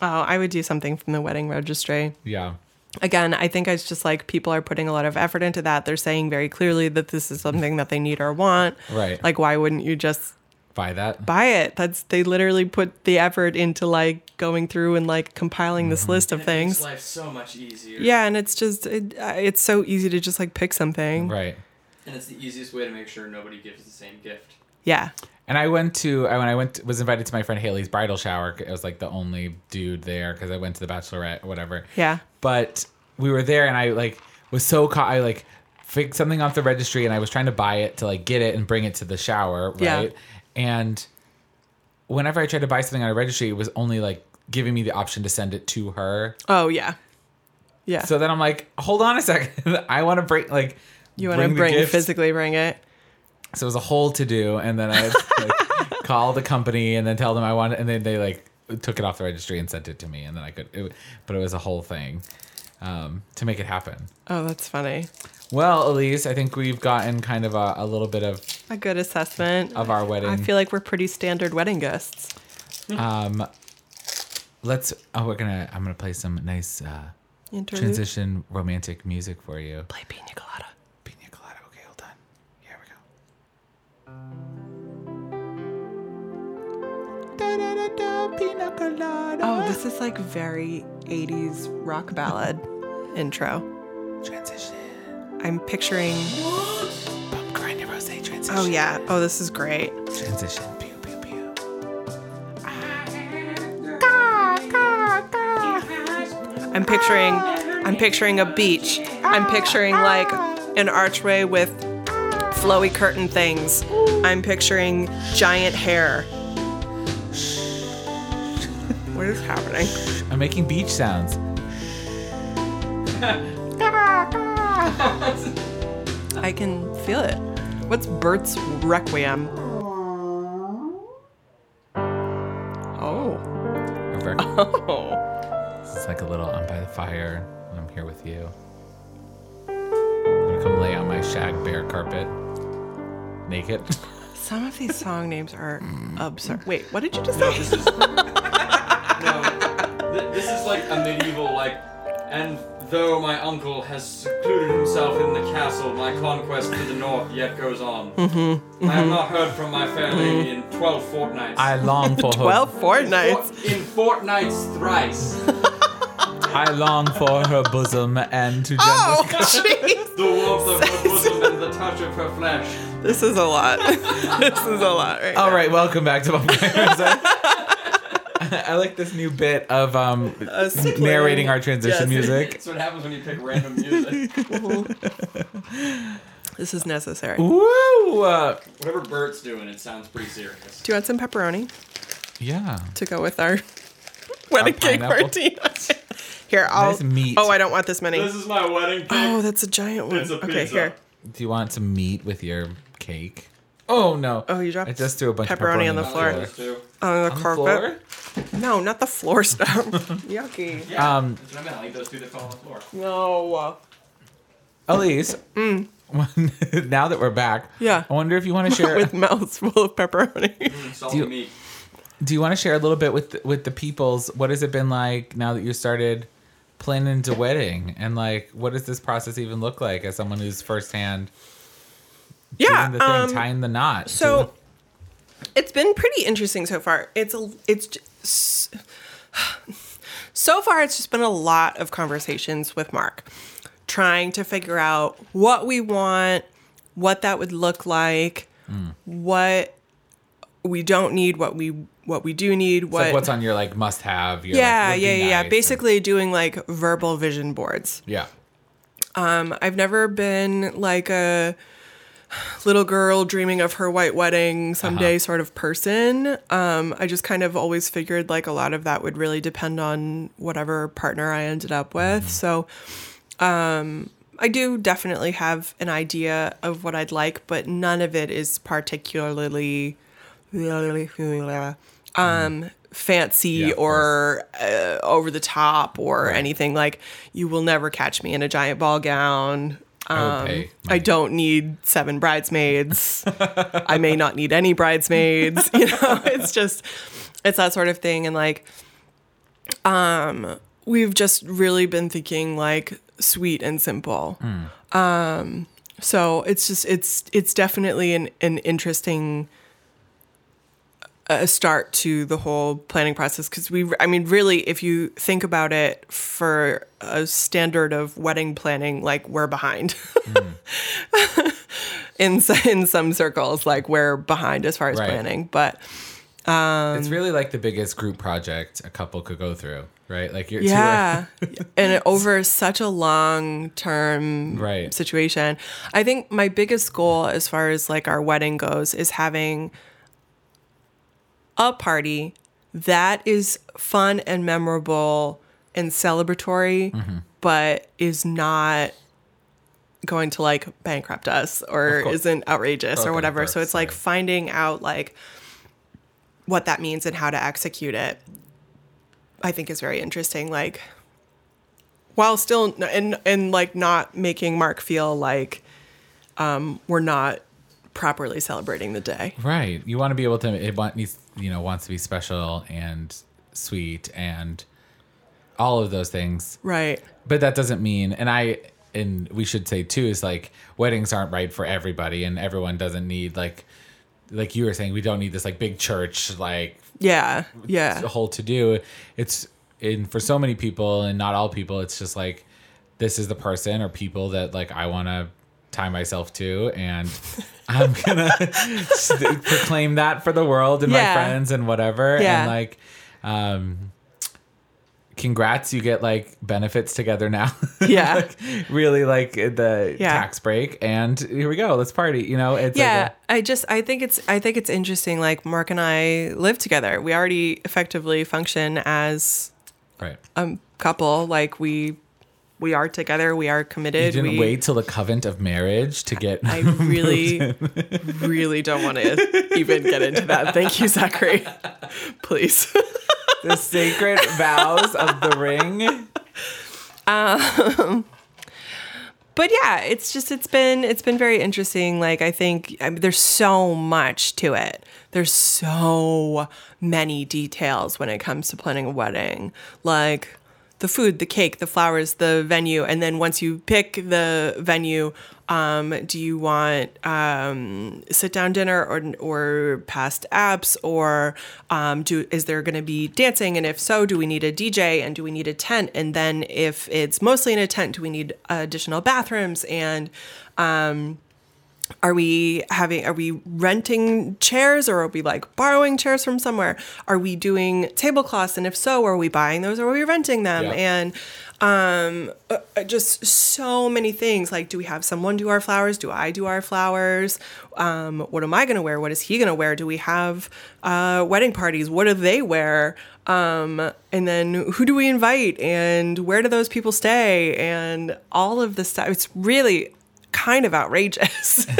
Speaker 2: Oh, I would do something from the wedding registry.
Speaker 1: Yeah.
Speaker 2: Again, I think it's just like people are putting a lot of effort into that. They're saying very clearly that this is something that they need or want.
Speaker 1: Right.
Speaker 2: Like why wouldn't you just
Speaker 1: Buy that.
Speaker 2: buy it. That's they literally put the effort into like going through and like compiling this list of
Speaker 1: Mm-hmm.
Speaker 3: and it makes
Speaker 2: things.
Speaker 3: life so much easier.
Speaker 2: Yeah, and it's just it, uh, it's so easy to just like pick something.
Speaker 1: Right.
Speaker 3: And it's the easiest way to make sure nobody gives the same gift.
Speaker 2: Yeah.
Speaker 1: And I went to I when I went was invited to my friend Haley's bridal shower. I was like the only dude there because I went to the bachelorette or whatever.
Speaker 2: Yeah.
Speaker 1: But we were there, and I like was so caught. I like fixed something off the registry, and I was trying to buy it to like get it and bring it to the shower, right?
Speaker 2: Yeah.
Speaker 1: And whenever I tried to buy something on a registry, it was only like giving me the option to send it to her.
Speaker 2: Oh yeah. Yeah.
Speaker 1: So then I'm like, hold on a second, I want to bring like
Speaker 2: you want to
Speaker 1: the
Speaker 2: bring
Speaker 1: gift.
Speaker 2: physically bring it.
Speaker 1: So it was a whole to do, and then I like, call the company and then tell them I want it, and then they like took it off the registry and sent it to me, and then I could. It, but it was a whole thing um, to make it happen.
Speaker 2: Oh, that's funny.
Speaker 1: Well, Elise, I think we've gotten kind of a, a little bit of
Speaker 2: A good assessment.
Speaker 1: of our wedding.
Speaker 2: I feel like we're pretty standard wedding guests.
Speaker 1: um, let's. Oh, we're gonna. I'm gonna play some nice uh,
Speaker 2: Interlude.
Speaker 1: transition romantic music for you.
Speaker 2: Play pina colada.
Speaker 1: Pina colada. Okay, hold on. Here we go. Da da da da pina colada.
Speaker 2: Oh, this is like very 80s rock ballad intro.
Speaker 1: transition.
Speaker 2: I'm picturing.
Speaker 1: Bump grinder rose transition.
Speaker 2: Oh, yeah. Oh, this is great.
Speaker 1: Transition. Pew pew pew.
Speaker 2: I'm picturing I'm picturing a beach. I'm picturing like an archway with flowy curtain things. I'm picturing giant hair. What is happening?
Speaker 1: I'm making beach sounds.
Speaker 2: I can feel it. What's Bert's Requiem? Oh.
Speaker 1: Over.
Speaker 2: Oh.
Speaker 1: It's like a little I'm by the fire and I'm here with you. I'm gonna come lay on my shag bare carpet. Naked.
Speaker 2: Some of these song names are absurd. Wait, what did you just say?
Speaker 3: This is no. th- This is like a medieval like. And though my uncle has secluded himself in the castle, my conquest to the north yet goes on. I have not heard from my fair lady in twelve fortnights.
Speaker 1: I long for her.
Speaker 2: Well,
Speaker 3: Fort-
Speaker 2: Fortnite.
Speaker 3: in fortnights thrice.
Speaker 1: I long for her bosom and to
Speaker 2: Oh,
Speaker 1: gently
Speaker 2: jeez.
Speaker 3: The warmth of her bosom and the touch of her flesh.
Speaker 2: This is a lot. this is a lot right
Speaker 1: All right, welcome back to Bump I like this new bit of um,
Speaker 2: Us
Speaker 1: narrating
Speaker 2: playing-
Speaker 1: our transition
Speaker 2: Yes.
Speaker 1: music.
Speaker 3: That's what happens when you pick random music.
Speaker 2: This is necessary.
Speaker 1: Woo! Uh,
Speaker 3: Whatever Bert's doing, it sounds pretty serious.
Speaker 2: Do you want some pepperoni
Speaker 1: yeah.
Speaker 2: to go with our wedding cake
Speaker 1: pineapple.
Speaker 2: martini? here, I'll.
Speaker 1: Nice meat.
Speaker 2: Oh, I don't want this many.
Speaker 3: This is my wedding cake.
Speaker 2: oh, that's a giant one.
Speaker 3: it's a
Speaker 2: okay,
Speaker 3: pizza.
Speaker 2: here.
Speaker 1: Do you want some meat with your cake? Oh no!
Speaker 2: Oh, you dropped
Speaker 1: I just threw a bunch
Speaker 2: pepperoni
Speaker 1: of
Speaker 2: on the floor.
Speaker 3: Those two.
Speaker 2: On the
Speaker 1: On the
Speaker 2: carpet.
Speaker 1: floor?
Speaker 2: No, not the floor stuff. Yucky.
Speaker 3: Yeah,
Speaker 1: Um,
Speaker 3: that's what I meant. I like those two that fell on the floor.
Speaker 2: No.
Speaker 1: Elise, now that we're back,
Speaker 2: Mm. Yeah.
Speaker 1: I wonder if you want to share.
Speaker 2: With mouths full of pepperoni.
Speaker 3: Mm, Salt
Speaker 1: Do you-
Speaker 3: and meat.
Speaker 1: do you want to share a little bit with with the peoples? What has it been like now that you started planning to wedding, and like, what does this process even look like as someone who's firsthand
Speaker 2: yeah.
Speaker 1: doing the
Speaker 2: um,
Speaker 1: thing, tying the knot?
Speaker 2: So it's been pretty interesting so far. It's a, it's j- s- so far it's just been a lot of conversations with Mark trying to figure out what we want, what that would look like,
Speaker 1: Hmm.
Speaker 2: what we don't need, what we what we do need,
Speaker 1: It's
Speaker 2: what
Speaker 1: like what's on your like must have?
Speaker 2: yeah, yeah, yeah, yeah.
Speaker 1: Nice.
Speaker 2: Basically doing like verbal vision boards.
Speaker 1: yeah.
Speaker 2: I've never been like a little girl dreaming of her white wedding
Speaker 1: Uh-huh.
Speaker 2: someday sort of person. Um, I just kind of always figured like a lot of that would really depend on whatever partner I ended up with.
Speaker 1: Mm-hmm.
Speaker 2: So um, I do definitely have an idea of what I'd like, but none of it is particularly um, fancy
Speaker 1: Mm-hmm. Yeah, of
Speaker 2: or uh, over the top or anything. Like, you will never catch me in a giant ball gown.
Speaker 1: I would pay
Speaker 2: um, I
Speaker 1: money.
Speaker 2: don't need seven bridesmaids. I may not need any bridesmaids. You know, it's just, it's that sort of thing. And like, um, we've just really been thinking like sweet and simple. Um, so it's just, it's, it's definitely an, an interesting a start to the whole planning process because we i mean really if you think about it for a standard of wedding planning like we're behind in s- in some circles like we're behind as far as
Speaker 1: Right.
Speaker 2: planning but
Speaker 1: it's really like the biggest group project a couple could go through, right? Like you're
Speaker 2: yeah and over such a long term
Speaker 1: Right.
Speaker 2: situation i think my biggest goal as far as like our wedding goes is having a party that is fun and memorable and celebratory but is not going to like bankrupt us or
Speaker 1: Of course.
Speaker 2: isn't outrageous
Speaker 1: Okay,
Speaker 2: or whatever. So
Speaker 1: that's
Speaker 2: it's like
Speaker 1: right.
Speaker 2: finding out like what that means and how to execute it. I think is very interesting. Like while still and and like not making Mark feel like um, we're not properly celebrating the day.
Speaker 1: Right. You want to be able to. It want, needs, you know, wants to be special and sweet and all of those things.
Speaker 2: Right.
Speaker 1: But that doesn't mean, and I, and we should say too, is like weddings aren't right for everybody, and everyone doesn't need like, like you were saying, we don't need this like big church like
Speaker 2: Yeah. Yeah.
Speaker 1: whole to do. It's and for so many people, and not all people, it's just like this is the person or people that like I want to tie myself to, and I'm gonna st- proclaim that for the world and
Speaker 2: Yeah.
Speaker 1: my friends and whatever,
Speaker 2: Yeah.
Speaker 1: and like, um. Congrats, you get like benefits together now.
Speaker 2: Yeah.
Speaker 1: really like the
Speaker 2: Yeah.
Speaker 1: tax break and here we go let's party you know it's
Speaker 2: yeah
Speaker 1: like a-
Speaker 2: i just i think it's i think it's interesting like mark and i live together we already effectively function as
Speaker 1: right
Speaker 2: a couple like we we are together we are
Speaker 1: you
Speaker 2: committed
Speaker 1: didn't
Speaker 2: we
Speaker 1: wait till the covenant of marriage to get
Speaker 2: i really really don't want to even get into that thank you zachary please
Speaker 1: the sacred vows of the ring
Speaker 2: but yeah it's just it's been it's been very interesting like i think I mean, there's so much to it there's so many details when it comes to planning a wedding like the food the cake the flowers the venue and then once you pick the venue um, do you want um, sit down dinner or or past apps or um, do is there going to be dancing and if so do we need a DJ and do we need a tent and then if it's mostly in a tent do we need additional bathrooms and um, are we having are we renting chairs or are we like borrowing chairs from somewhere are we doing tablecloths and if so are we buying those or are we renting them
Speaker 1: Yeah.
Speaker 2: and uh, just so many things. Like, do we have someone do our flowers? Do I do our flowers? Um, what am I going to wear? What is he going to wear? Do we have uh, wedding parties? What do they wear? Um, and then who do we invite? And where do those people stay? And all of this stuff. It's really kind of outrageous.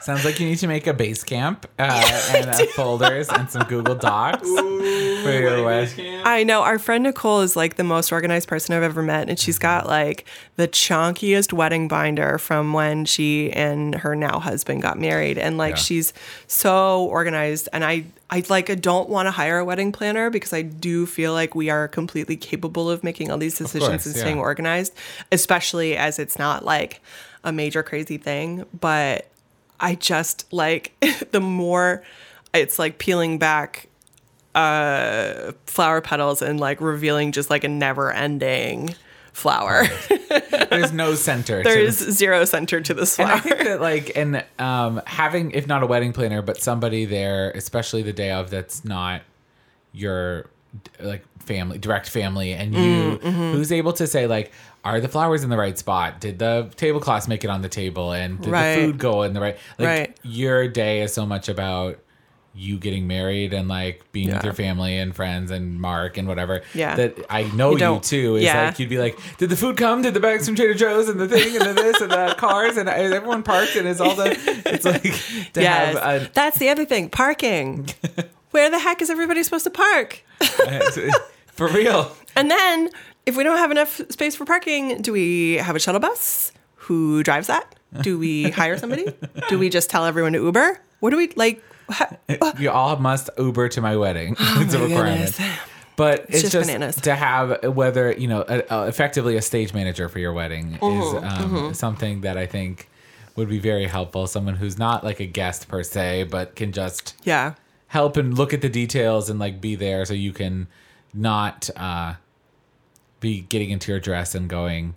Speaker 1: sounds like you need to make a base camp uh, and uh, folders and some google docs for your way
Speaker 2: I know our friend Nicole is like the most organized person I've ever met, and she's got like the chonkiest wedding binder from when she and her now husband got married, and like
Speaker 1: Yeah.
Speaker 2: she's so organized. And I, I like I don't want to hire a wedding planner because I do feel like we are completely capable of making all these decisions
Speaker 1: course,
Speaker 2: and
Speaker 1: yeah.
Speaker 2: staying organized, especially as it's not like a major crazy thing, but. I just like the more it's like peeling back flower petals and like revealing just like a never ending flower.
Speaker 1: there's no center to
Speaker 2: there
Speaker 1: this
Speaker 2: is zero center to this
Speaker 1: and I
Speaker 2: flower.
Speaker 1: think that like and um having if not a wedding planner but somebody there especially the day of that's not your like family direct family and
Speaker 2: Mm,
Speaker 1: you
Speaker 2: mm-hmm.
Speaker 1: who's able to say like are the flowers in the right spot did the tablecloths make it on the table and did
Speaker 2: Right.
Speaker 1: the food go in the right like
Speaker 2: Right.
Speaker 1: your day is so much about you getting married and like being with
Speaker 2: Yeah.
Speaker 1: your family and friends and Mark and whatever.
Speaker 2: Yeah.
Speaker 1: That I know you,
Speaker 2: don't-
Speaker 1: too. Is
Speaker 2: yeah.
Speaker 1: like you'd be like, did the food come? Did the bags from Trader Joe's and the thing and the this and the cars and everyone parked and it's all the. It's like to
Speaker 2: Yes.
Speaker 1: have a,
Speaker 2: That's the other thing parking. Where the heck is everybody supposed to park?
Speaker 1: for real.
Speaker 2: And then if we don't have enough space for parking, do we have a shuttle bus? Who drives that? Do we hire somebody? Do we just tell everyone to Uber? What do we like? ha- oh,
Speaker 1: You all must Uber to my wedding. it's a
Speaker 2: my
Speaker 1: requirement.
Speaker 2: goodness.
Speaker 1: But it's,
Speaker 2: just
Speaker 1: just,
Speaker 2: bananas.
Speaker 1: to have whether you know a, a, effectively a stage manager for your wedding
Speaker 2: Mm-hmm,
Speaker 1: is um, something that I think would be very helpful. Someone who's not like a guest per se, but can just
Speaker 2: Yeah.
Speaker 1: help and look at the details and like be there so you can not uh be getting into your dress and going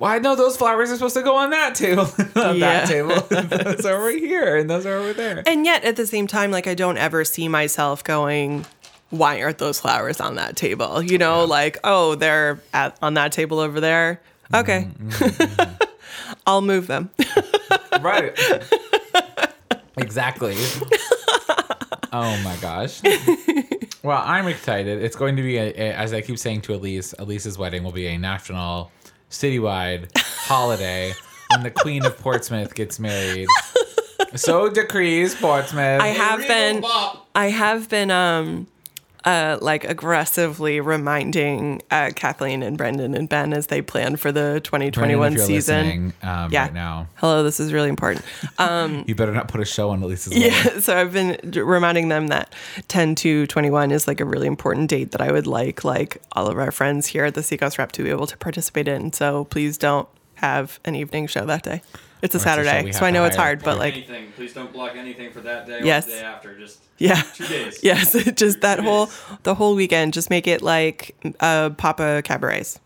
Speaker 1: well, I know those flowers are supposed to go on that table, on
Speaker 2: Yeah.
Speaker 1: that table. those are over here, and those are over there.
Speaker 2: And yet at the same time, like I don't ever see myself going, why aren't those flowers on that table? You know, like, oh, they're at, on that table over there. Okay.
Speaker 1: Mm-hmm,
Speaker 2: I'll move them.
Speaker 1: right. exactly. oh my gosh. Well, I'm excited. It's going to be, a, a- as I keep saying to Elise, Elise's wedding will be a national, citywide holiday. and the Queen of Portsmouth gets married. So decrees Portsmouth.
Speaker 2: I have been
Speaker 3: Bop.
Speaker 2: I have been um uh like aggressively reminding uh, Kathleen and Brendan and Ben as they plan for the 2021
Speaker 1: Brendan, if you're
Speaker 2: season.
Speaker 1: listening, Um,
Speaker 2: Yeah.
Speaker 1: Right now,
Speaker 2: Hello, this is really important.
Speaker 1: you better not put a show on Elisa's. Yeah.
Speaker 2: Yeah, so I've been d- reminding them that 10 to 21 is like a really important date that I would like like all of our friends here at the Seacoast Rep to be able to participate in. So please don't have an evening show that day.
Speaker 1: Or it's
Speaker 2: It's a
Speaker 1: a show we
Speaker 2: Saturday, so
Speaker 1: have
Speaker 2: I know
Speaker 1: to
Speaker 2: it's
Speaker 1: hire.
Speaker 2: hard, but like
Speaker 3: anything. Please don't block anything for that day
Speaker 2: Yes.
Speaker 3: or the day after. Just
Speaker 2: yeah.
Speaker 3: two days.
Speaker 2: Yes, just that whole the whole weekend just make it like uh Papa Cabarets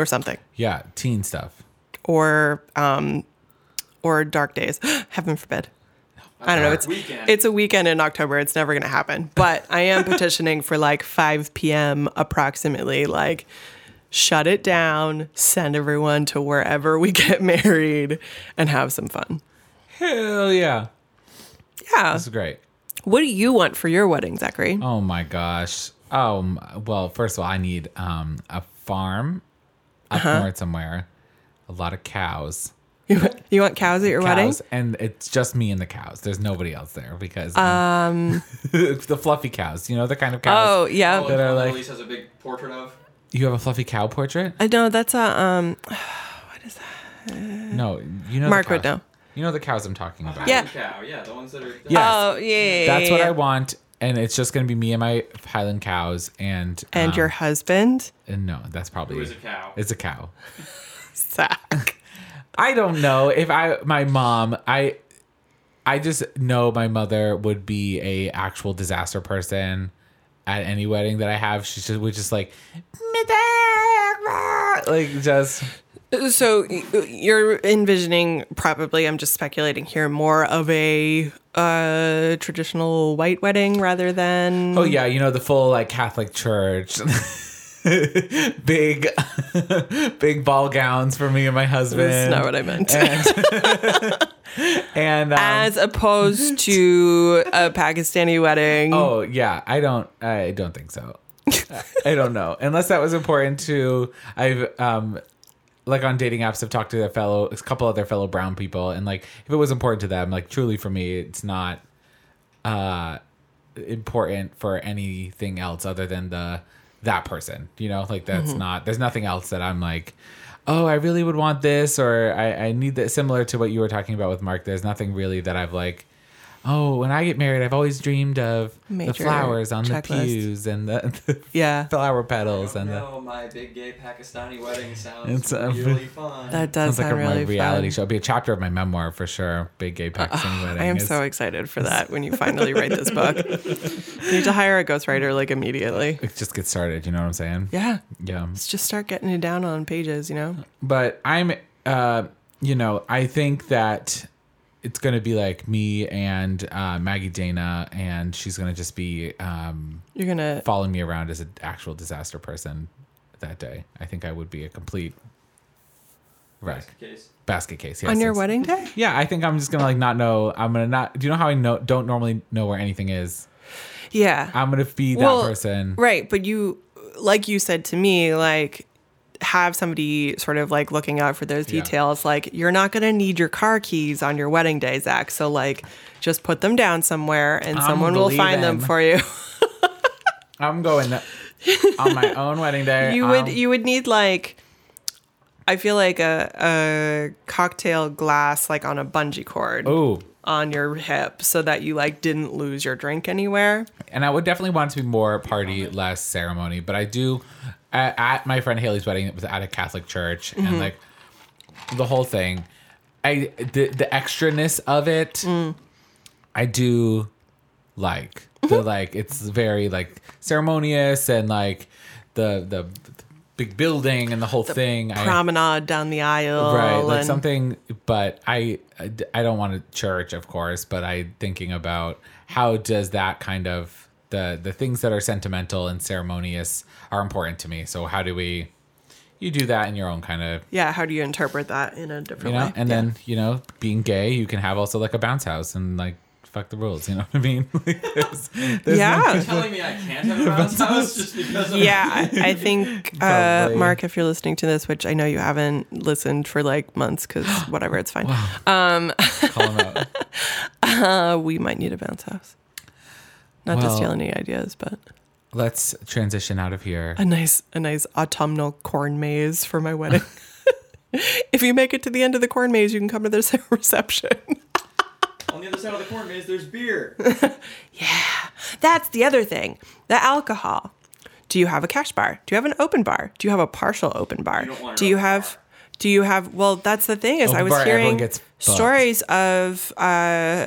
Speaker 2: or something
Speaker 1: yeah, teen stuff.
Speaker 2: or um or Dark Days. Heaven forbid. I don't know. It's
Speaker 3: Weekend.
Speaker 2: it's a weekend in October. It's never going to happen. But I am petitioning for like 5 p.m. approximately. Like, shut it down. Send everyone to wherever we get married and have some fun.
Speaker 1: Hell yeah,
Speaker 2: Yeah.
Speaker 1: that's great.
Speaker 2: What do you want for your wedding, Zachary?
Speaker 1: Oh my gosh. Oh m- well, first of all, I need um a farm up
Speaker 2: Uh-huh.
Speaker 1: north somewhere, a lot of cows.
Speaker 2: You, want, you want cows at your wedding?
Speaker 1: cows, and it's just me and the cows. There's nobody else there because um, the fluffy cows. You know the kind of cows.
Speaker 2: Oh, yeah.
Speaker 3: Oh,
Speaker 1: that are
Speaker 3: Mona
Speaker 1: like-
Speaker 3: Lisa has a big portrait of.
Speaker 1: you have a fluffy cow portrait?
Speaker 2: I know that's a um
Speaker 1: No, you know.
Speaker 2: Mark
Speaker 1: the
Speaker 2: would
Speaker 1: cows.
Speaker 2: know.
Speaker 1: You know the cows I'm talking about.
Speaker 2: Yeah.
Speaker 3: Cow. Yeah, the ones that are.
Speaker 1: Yes.
Speaker 2: Oh yeah.
Speaker 1: That's what
Speaker 2: yeah,
Speaker 1: I
Speaker 2: yeah.
Speaker 1: want, and it's just gonna be me and my Highland cows, and
Speaker 2: And
Speaker 1: um,
Speaker 2: your husband,
Speaker 1: and no, that's probably
Speaker 3: Who is a cow?
Speaker 1: It's a cow.
Speaker 2: Zach.
Speaker 1: I don't know if I my mom I I just know my mother would be a actual disaster person at any wedding that I have. She just would just like like just
Speaker 2: So y- you're envisioning probably. I'm just speculating here. More of a uh, traditional white wedding rather than
Speaker 1: oh yeah, you know the full like Catholic church. big big ball gowns for me and my husband.
Speaker 2: That's not what I meant.
Speaker 1: and um,
Speaker 2: As opposed to a Pakistani wedding.
Speaker 1: Oh yeah, I don't. I don't think so. I don't know. Unless that was important to I've um like on dating apps I've talked to a fellow a couple other fellow brown people and like if it was important to them, like truly for me, it's not uh important for anything else other than the that person. You know, like that's
Speaker 2: Mm-hmm.
Speaker 1: not there's nothing else that I'm like Oh, I really would want this, or I, I need that. Similar to what you were talking about with Mark, there's nothing really that I've like, oh, when I get married, I've always dreamed of the
Speaker 2: Major
Speaker 1: flowers on
Speaker 2: checklist.
Speaker 1: the pews and the, the
Speaker 2: Yeah,
Speaker 1: flower petals
Speaker 3: Oh,
Speaker 1: and the.
Speaker 3: no, my big gay Pakistani wedding sounds
Speaker 1: It's uh, a-
Speaker 3: really fun.
Speaker 2: that does
Speaker 1: Sounds like
Speaker 2: sound
Speaker 1: a my
Speaker 2: really
Speaker 1: reality
Speaker 2: fun. Uh,
Speaker 1: show. It'll be a chapter of my memoir for sure. Big gay Pakistani wedding.
Speaker 2: I am
Speaker 1: It's-
Speaker 2: so excited for that when you finally write this book. You need to hire a ghostwriter like immediately.
Speaker 1: It just gets started. You know what I'm saying?
Speaker 2: Yeah,
Speaker 1: Yeah.
Speaker 2: let's just start getting it down on pages. You know.
Speaker 1: But I'm, uh, you know, I think that it's gonna be like me and uh, Maggie Dana, and she's gonna just be um,
Speaker 2: You're gonna
Speaker 1: following me around as an actual disaster person that day. I think I would be a complete wreck.
Speaker 3: Case.
Speaker 1: Basket case. Yes,
Speaker 2: on your
Speaker 1: yes.
Speaker 2: wedding day?
Speaker 1: Yeah, I think I'm just gonna like not know. I'm gonna not. Do you know how I know? Don't normally know where anything is.
Speaker 2: Yeah.
Speaker 1: I'm gonna be that
Speaker 2: Well,
Speaker 1: person.
Speaker 2: right, but you like you said to me like have somebody sort of like looking out for those
Speaker 1: Yeah.
Speaker 2: details like you're not going to need your car keys on your wedding day zach so like just put them down somewhere and
Speaker 1: I'm
Speaker 2: someone will find them
Speaker 1: leaving.
Speaker 2: for you
Speaker 1: I'm going th- on my own wedding day.
Speaker 2: you
Speaker 1: um,
Speaker 2: would you would need like i feel like a, a cocktail glass like on a bungee cord
Speaker 1: Ooh,
Speaker 2: on your hip so that you like didn't lose your drink anywhere
Speaker 1: and I would definitely want it to be more party, less ceremony. But I do at, at my friend Haley's wedding. It was at a Catholic church, and like the whole thing, I the the extraness of it, I do like the like. It's very like ceremonious and like the the, the big building and the whole thing. I-
Speaker 2: promenade down the aisle
Speaker 1: right like
Speaker 2: and-
Speaker 1: something but i I d- i don't want a church of course but i thinking about how does that kind of the the things that are sentimental and ceremonious are important to me so how do we you do that in your own kind of
Speaker 2: yeah how do you interpret that in a different
Speaker 1: you know
Speaker 2: way
Speaker 1: and
Speaker 2: Yeah.
Speaker 1: then you know being gay you can have also like a bounce house and like fuck the rules. You know what I mean? Like, there's- there's
Speaker 2: Yeah.
Speaker 3: You're telling me I can't have a bounce house just because of
Speaker 2: Yeah, I I think uh,
Speaker 1: Probably.
Speaker 2: Mark, if you're listening to this, which I know you haven't listened for like months, because whatever, it's fine.
Speaker 1: no call 'em out.
Speaker 2: Uh, we might need a bounce house. Not to
Speaker 1: Well-
Speaker 2: steal any ideas, but
Speaker 1: Let's transition out of here.
Speaker 2: a nice, a nice autumnal corn maze for my wedding. if you make it to the end of the corn maze, you can come to this reception.
Speaker 3: On the other side of the corn maze, there's beer.
Speaker 2: That's the other thing. The alcohol. Do you have a cash bar? Do you have an open bar? Do you have a partial open bar?
Speaker 3: don't want an
Speaker 2: do you
Speaker 3: open
Speaker 2: have
Speaker 3: bar.
Speaker 2: do you have well that's the thing is
Speaker 1: Open
Speaker 2: I was
Speaker 1: bar, everyone
Speaker 2: hearing
Speaker 1: gets fucked.
Speaker 2: stories of uh,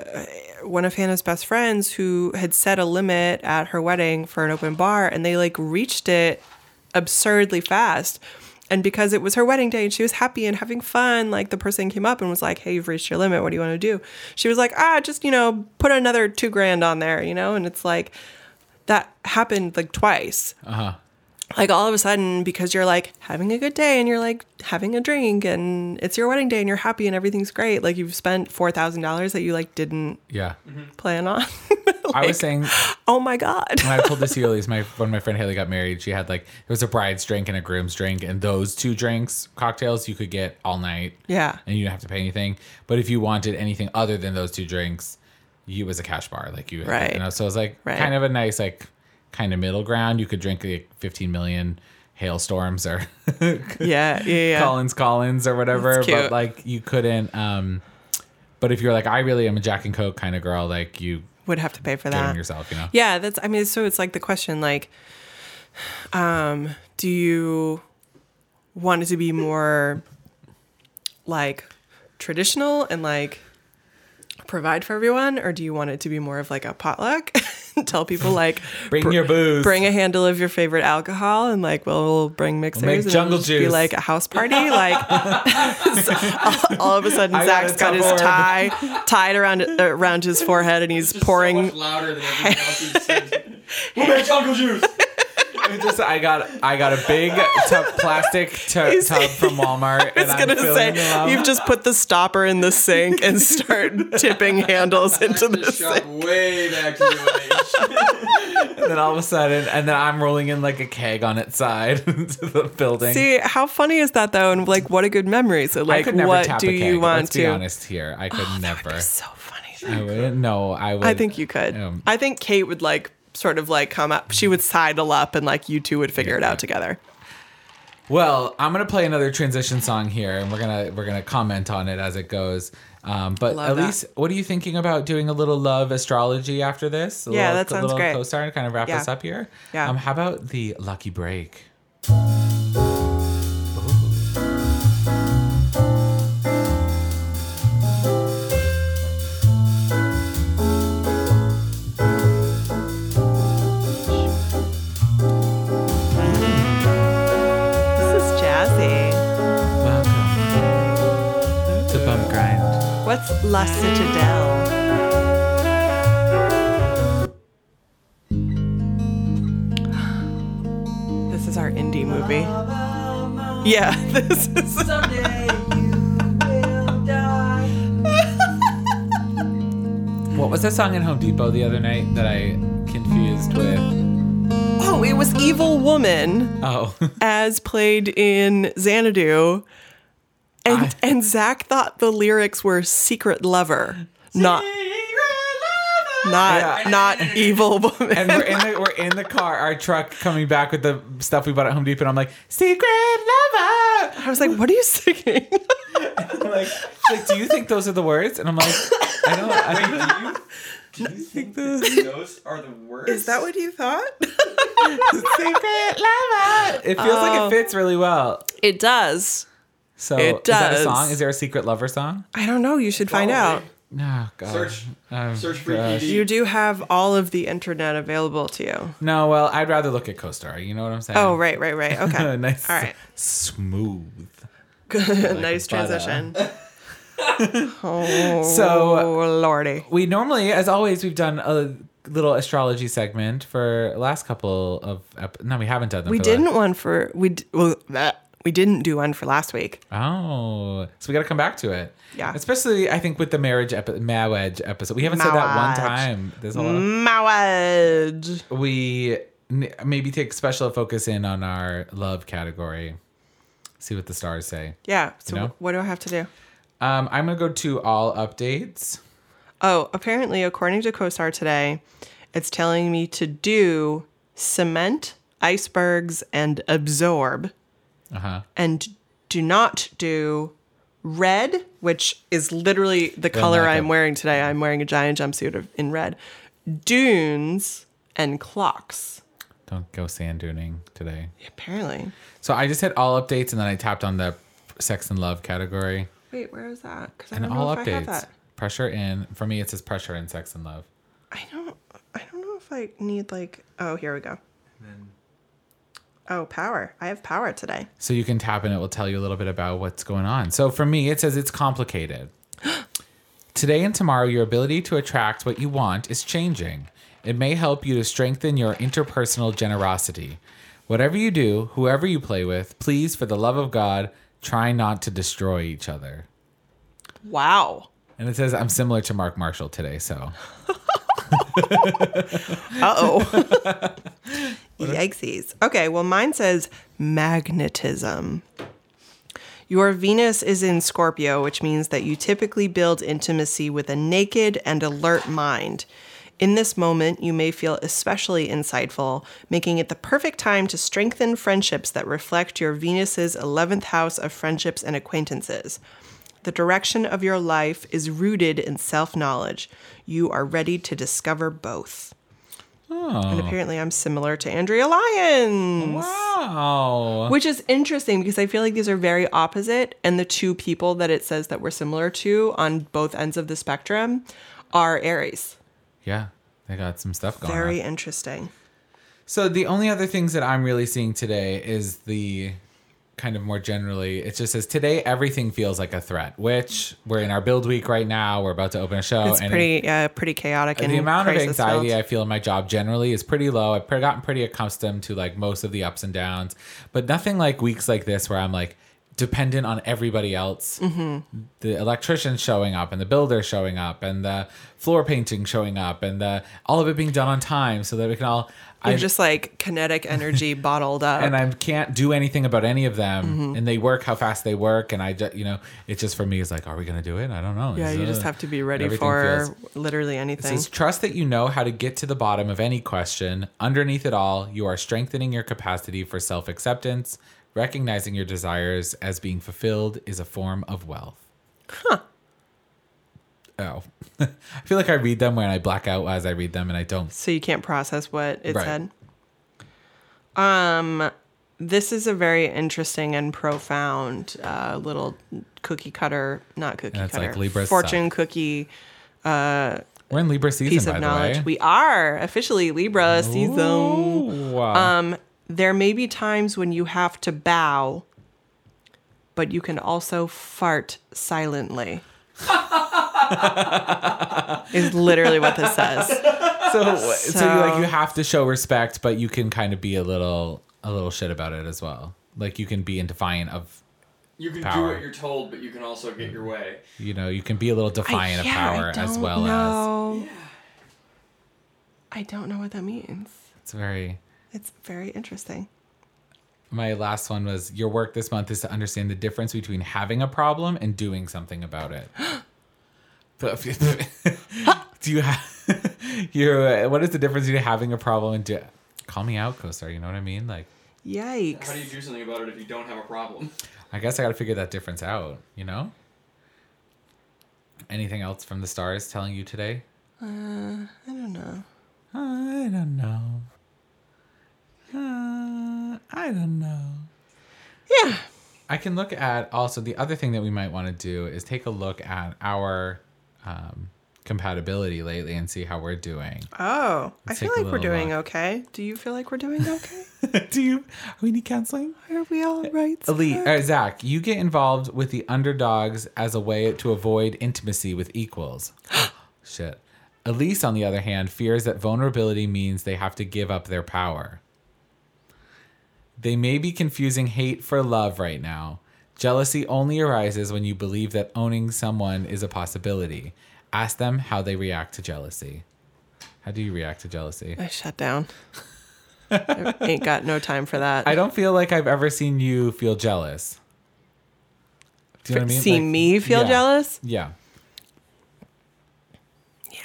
Speaker 2: one of Hannah's best friends who had set a limit at her wedding for an open bar and they like reached it absurdly fast. And because it was her wedding day and she was happy and having fun, like the person came up and was like, Hey, you've reached your limit. What do you want to do? She was like, Ah, just, you know, put another two grand on there, you know? And it's like, that happened like twice. Like all of a sudden, because you're like having a good day and you're like having a drink and it's your wedding day and you're happy and everything's great. Like you've spent four thousand dollars that you like didn't
Speaker 1: Yeah.
Speaker 2: plan on.
Speaker 1: I was saying
Speaker 2: oh my god!
Speaker 1: when I told this to Elise, my when my friend Haley got married, she had like it was a bride's drink and a groom's drink, and those two drinks, cocktails, you could get all night.
Speaker 2: Yeah.
Speaker 1: And you didn't have to pay anything. But if you wanted anything other than those two drinks, you was a cash bar. Like you,
Speaker 2: Right.
Speaker 1: you know, so it was like
Speaker 2: Right.
Speaker 1: kind of a nice, like kind of middle ground. You could drink like 15 million hailstorms or
Speaker 2: Yeah, yeah, yeah.
Speaker 1: Collins Collins or whatever.
Speaker 2: That's cute.
Speaker 1: But like you couldn't um but if you're like, I really am a Jack and Coke kind of girl, like you
Speaker 2: Would have to pay for
Speaker 1: get them
Speaker 2: that.
Speaker 1: yourself, you know?
Speaker 2: Uh, Yeah, that's. I mean, so it's like the question, like, um, do you want it to be more like traditional and like provide for everyone, or do you want it to be more of like a potluck? Tell people like
Speaker 1: Bring
Speaker 2: br-
Speaker 1: your booze.
Speaker 2: bring a handle of your favorite alcohol, and like we'll, we'll bring mixers.
Speaker 1: make
Speaker 2: and it'll
Speaker 1: jungle
Speaker 2: just Be
Speaker 1: juice.
Speaker 2: like a house party, like all of a sudden
Speaker 1: I got
Speaker 2: Zach's
Speaker 1: a
Speaker 2: got his
Speaker 1: tub orb.
Speaker 2: tie tied around uh, around his forehead, and he's
Speaker 3: It's just so
Speaker 2: pouring
Speaker 3: much louder than everything else you said. Who makes Uncle Juice?
Speaker 1: It just I got I got a big tu- plastic tu-
Speaker 2: He's-
Speaker 1: tub from Walmart.
Speaker 2: I was
Speaker 1: and I'm
Speaker 2: gonna
Speaker 1: filling it up.
Speaker 2: say you've just put the stopper in the sink and start tipping handles
Speaker 3: I
Speaker 2: into
Speaker 3: have
Speaker 2: the
Speaker 3: to shop
Speaker 2: sink.
Speaker 3: way back to your age.
Speaker 1: and then all of a sudden, and then I'm rolling in like a keg on its side into the building.
Speaker 2: See how funny is that though, and like what a good memory. So
Speaker 1: I
Speaker 2: like,
Speaker 1: could never
Speaker 2: what
Speaker 1: tap
Speaker 2: do
Speaker 1: a keg.
Speaker 2: you want
Speaker 1: Let's
Speaker 2: to? Oh,
Speaker 1: be honest here. I could never.
Speaker 2: So funny. though.
Speaker 1: I wouldn't. No, I would.
Speaker 2: I think you could.
Speaker 1: Um,
Speaker 2: I think Kate would like sort of like come up. She would sidle up and like you two would figure it
Speaker 1: Yeah.
Speaker 2: out together.
Speaker 1: Well, I'm gonna play another transition song here, and we're gonna we're gonna comment on it as it goes. Um, but
Speaker 2: Love that.
Speaker 1: Elise, what are you thinking about doing a little love astrology after this? A little,
Speaker 2: Yeah, that
Speaker 1: a
Speaker 2: sounds
Speaker 1: little
Speaker 2: great.
Speaker 1: Co-star to kind of wrap
Speaker 2: Yeah.
Speaker 1: us up here.
Speaker 2: Yeah.
Speaker 1: Um, how about the lucky break?
Speaker 2: This is jazzy.
Speaker 1: Welcome to Bump Grind.
Speaker 2: What's La Citadel? This is our indie movie. Yeah, this is.
Speaker 1: What was that song in Home Depot the other night that I confused with?
Speaker 2: Oh, it was Evil Woman
Speaker 1: Oh,
Speaker 2: as played in Xanadu. And,
Speaker 1: I-
Speaker 2: and Zach thought the lyrics were Secret Lover, not, not,
Speaker 1: Yeah.
Speaker 2: not Evil Woman.
Speaker 1: and we're in the we're in the car, our truck coming back with the stuff we bought at Home Depot. And I'm like, secret lover.
Speaker 2: I was like, what are you singing?
Speaker 1: I'm like, she's like, do you think those are the words? And I'm like, I don't. I think
Speaker 3: Do you think that those are the worst?
Speaker 2: what you thought?
Speaker 1: secret lover. It feels like
Speaker 2: Oh.
Speaker 1: it fits really well.
Speaker 2: It does.
Speaker 1: So
Speaker 2: It
Speaker 1: is that a
Speaker 2: does.
Speaker 1: song? Is there a secret lover song?
Speaker 2: I don't know. You should find out.
Speaker 3: Probably.
Speaker 1: No, God.
Speaker 3: Search-
Speaker 1: Oh,
Speaker 3: search for E
Speaker 1: gosh.
Speaker 3: ED.
Speaker 2: You do have all of the internet available to you.
Speaker 1: No, well, I'd rather look at CoStar. You know what I'm saying?
Speaker 2: Oh, right, right, right. Okay.
Speaker 1: nice.
Speaker 2: All right.
Speaker 1: Smooth.
Speaker 2: Good. nice
Speaker 1: but, uh,
Speaker 2: transition. oh,
Speaker 1: So-
Speaker 2: lordy.
Speaker 1: We normally, as always, we've done a little astrology segment for last couple of. Ep- no, we haven't done them.
Speaker 2: We
Speaker 1: for the-
Speaker 2: didn't one for we d- well that we didn't do one for last week.
Speaker 1: Oh, so we got to come back to it.
Speaker 2: Yeah.
Speaker 1: Especially, I think with the marriage epi- marriage episode, we haven't said that one
Speaker 2: Marriage. Mm.
Speaker 1: time. There's a lot. Of-
Speaker 2: Marriage.
Speaker 1: we n- maybe take special focus in on our love category. See what the stars say.
Speaker 2: Yeah. So
Speaker 1: You know?
Speaker 2: what do I have to do?
Speaker 1: Um, I'm gonna go to all updates.
Speaker 2: Oh, apparently, according to CoStar today, it's telling me to do cement, icebergs, and absorb,
Speaker 1: Uh huh.
Speaker 2: and do not do red, which is literally the color
Speaker 1: like
Speaker 2: I'm
Speaker 1: a-
Speaker 2: wearing today. I'm wearing a giant jumpsuit of, in red, dunes, and clocks.
Speaker 1: Don't go sand duning today.
Speaker 2: Apparently.
Speaker 1: So I just hit all updates and then I tapped on the sex and love category
Speaker 2: Wait, where is that? Because I
Speaker 1: and
Speaker 2: don't
Speaker 1: all
Speaker 2: know if I have
Speaker 1: updates.
Speaker 2: that.
Speaker 1: Pressure in for me. It says pressure in sex and love.
Speaker 2: I don't. I don't know if I need like. Oh, here we go. Oh, power! I have power today.
Speaker 1: So you can tap and it will tell you a little bit about what's going on. So for me, it says it's complicated. Today and tomorrow, your ability to attract what you want is changing. It may help you to strengthen your interpersonal generosity. Whatever you do, whoever you play with, please, for the love of God, try not to destroy each other.
Speaker 2: Wow.
Speaker 1: And it says I'm similar to Mark Marshall today, so
Speaker 2: Uh oh. Yikesies. Okay, well, mine says magnetism. Your Venus is in Scorpio, which means that you typically build intimacy with a naked and alert mind. In this moment, you may feel especially insightful, making it the perfect time to strengthen friendships that reflect your Venus's 11th house of friendships and acquaintances. The direction of your life is rooted in self knowledge. You are ready to discover both. And apparently, I'm similar to Andrea Lyons,
Speaker 1: wow.
Speaker 2: which is interesting because I feel like these are very opposite. And the two people that it says that we're similar to on both ends of the spectrum are Aries.
Speaker 1: Yeah, they got some stuff going. on.
Speaker 2: Very interesting.
Speaker 1: So the only other things that I'm really seeing today is the kind of more generally, it just says today everything feels like a threat, which we're in our build week right now. We're about to open a show.
Speaker 2: It's pretty, uh, pretty chaotic. And
Speaker 1: Oh, the amount of
Speaker 2: crisis
Speaker 1: anxiety
Speaker 2: filled.
Speaker 1: I feel in my job generally is pretty low. I've pre- gotten pretty accustomed to like most of the ups and downs, but nothing like weeks like this where I'm like dependent on everybody else.
Speaker 2: Mm-hmm.
Speaker 1: The electrician showing up and the builder showing up and the floor painting showing up and the all of it being done on time so that we can all.
Speaker 2: You're
Speaker 1: I-
Speaker 2: just like kinetic energy bottled up.
Speaker 1: and I can't do anything about any of them.
Speaker 2: Mm-hmm.
Speaker 1: And they work how fast they work, and I just you know it's just for me is like, are we gonna do it? I don't know.
Speaker 2: yeah,
Speaker 1: It's,
Speaker 2: you just
Speaker 1: uh,
Speaker 2: have to be ready
Speaker 1: everything
Speaker 2: for
Speaker 1: feels-
Speaker 2: literally anything.
Speaker 1: It says, trust that you know how to get to the bottom of any question. Underneath it all, you are strengthening your capacity for self acceptance. Recognizing your desires as being fulfilled is a form of wealth. Huh. Oh. I feel like I read them when I black out as I read them and I don't.
Speaker 2: so you can't process what it
Speaker 1: Right.
Speaker 2: said. Um, this is a very interesting and profound uh, little cookie cutter, not cookie
Speaker 1: And it's
Speaker 2: cutter,
Speaker 1: like Libras
Speaker 2: fortune cookie
Speaker 1: We're in Libra season,
Speaker 2: piece
Speaker 1: by
Speaker 2: of
Speaker 1: the
Speaker 2: knowledge.
Speaker 1: way. Oh.
Speaker 2: We are officially Libra season.
Speaker 1: Ooh.
Speaker 2: Um, there may be times when you have to bow, but you can also fart silently. is literally what this says.
Speaker 1: so, so, you like
Speaker 2: So-
Speaker 1: you have to show respect, but you can kind of be a little a little shit about it as well. Like you can be in defiant of
Speaker 3: You can do
Speaker 1: Power.
Speaker 3: what you're told, but you can also get your way.
Speaker 1: you know you can be a little defiant
Speaker 2: yeah,
Speaker 1: of power as
Speaker 2: don't
Speaker 1: well
Speaker 2: know. I don't know what that means.
Speaker 1: as it's very.
Speaker 2: It's very interesting.
Speaker 1: My last one was your work this month is to understand the difference between having a problem and doing something about it. But if- do you have your what is the difference between having a problem and do, call me out, co-star? You know what I mean? Like
Speaker 2: Yikes.
Speaker 3: How do you do something about it if you don't have a problem?
Speaker 1: I guess I got to figure that difference out, you know? Anything else from the stars telling you today?
Speaker 2: I don't know.
Speaker 1: I don't know. Uh, I don't know.
Speaker 2: Yeah.
Speaker 1: I can look at also the other thing that we might want to do is take a look at our um, compatibility lately and see how we're doing.
Speaker 2: Oh, I
Speaker 1: Let's
Speaker 2: feel
Speaker 1: take a
Speaker 2: like we're
Speaker 1: little
Speaker 2: doing
Speaker 1: look.
Speaker 2: okay. Do you feel like we're doing okay? Eh,
Speaker 1: do you? We need counseling.
Speaker 2: Are we all right?
Speaker 1: Elite,
Speaker 2: Zach?
Speaker 1: uh, Zach, you get involved with the underdogs as a way to avoid intimacy with equals. Shit. Elise, on the other hand, fears that vulnerability means they have to give up their power. They may be confusing hate for love right now. Jealousy only arises when you believe that owning someone is a possibility. Ask them how they react to jealousy. How do you react to jealousy?
Speaker 2: I shut down. I ain't got no time for that.
Speaker 1: I don't feel like I've ever seen you feel jealous. Do you know what I mean?
Speaker 2: See
Speaker 1: Like-
Speaker 2: me feel
Speaker 1: yeah.
Speaker 2: jealous?
Speaker 1: Yeah.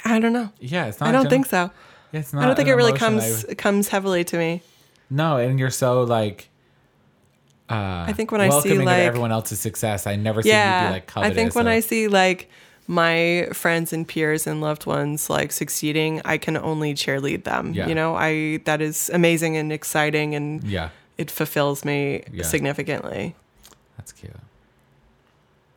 Speaker 2: I don't know.
Speaker 1: Yeah, it's not.
Speaker 2: I don't think so.
Speaker 1: so. It's not
Speaker 2: I don't think
Speaker 1: an
Speaker 2: it really
Speaker 1: emotion I
Speaker 2: comes
Speaker 1: would-
Speaker 2: comes heavily to me.
Speaker 1: No, and you're so like. Uh,
Speaker 2: I think when I see,
Speaker 1: welcoming of
Speaker 2: like-
Speaker 1: everyone else's success, I never see you
Speaker 2: yeah,
Speaker 1: be like
Speaker 2: I
Speaker 1: covetous.
Speaker 2: think when
Speaker 1: of-
Speaker 2: I see like my friends and peers and loved ones like succeeding, I can only cheerlead them.
Speaker 1: Yeah.
Speaker 2: You know, I that is amazing and exciting and
Speaker 1: yeah,
Speaker 2: it fulfills me
Speaker 1: Yeah.
Speaker 2: significantly.
Speaker 1: that's cute.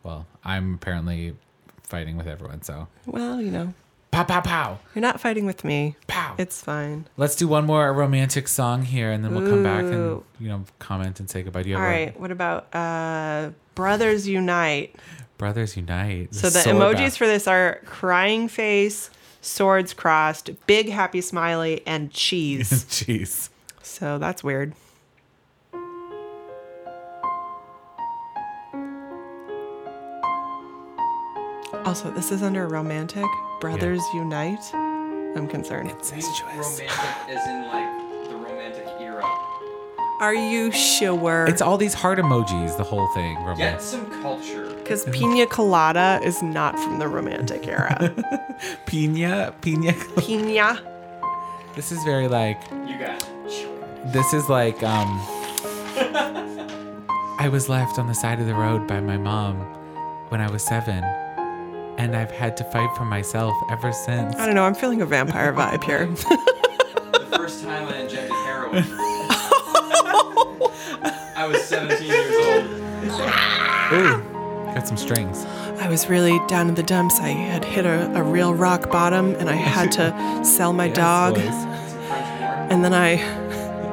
Speaker 1: Well, I'm apparently fighting with everyone, so
Speaker 2: Well, you know,
Speaker 1: pow pow pow
Speaker 2: you're not fighting with me.
Speaker 1: pow.
Speaker 2: It's fine.
Speaker 1: Let's do one more romantic song here, and then we'll come back and
Speaker 2: Ooh.
Speaker 1: you know comment and say goodbye. Do you
Speaker 2: All
Speaker 1: have a-
Speaker 2: right. What about uh Brothers Unite?
Speaker 1: Brothers Unite?
Speaker 2: So the
Speaker 1: Sword
Speaker 2: emojis
Speaker 1: bath.
Speaker 2: for this are crying face, swords crossed, big happy smiley, and cheese.
Speaker 1: Jeez.
Speaker 2: so that's weird. Also, this is under romantic. Brothers unite. I'm concerned.
Speaker 1: Incestuous.
Speaker 3: Romantic as in like the romantic era.
Speaker 2: Are you sure?
Speaker 1: It's all these heart emojis, the whole thing. Romance.
Speaker 3: Get some culture.
Speaker 2: because pina colada is not from the romantic era.
Speaker 1: Pina, pina.
Speaker 2: pina.
Speaker 1: This is very like.
Speaker 3: You got it.
Speaker 1: This is like. um I was left on the side of the road by my mom when I was seven, and I've had to fight for myself ever since.
Speaker 2: I don't know. I'm feeling a vampire vibe here.
Speaker 3: The first time I injected heroin. I was 17 years old.
Speaker 1: Ooh, got some strings.
Speaker 2: I was really down in the dumps. I had hit a, a real rock bottom and I had to sell my dog.
Speaker 1: Yes,
Speaker 3: It's a French word.
Speaker 2: And then I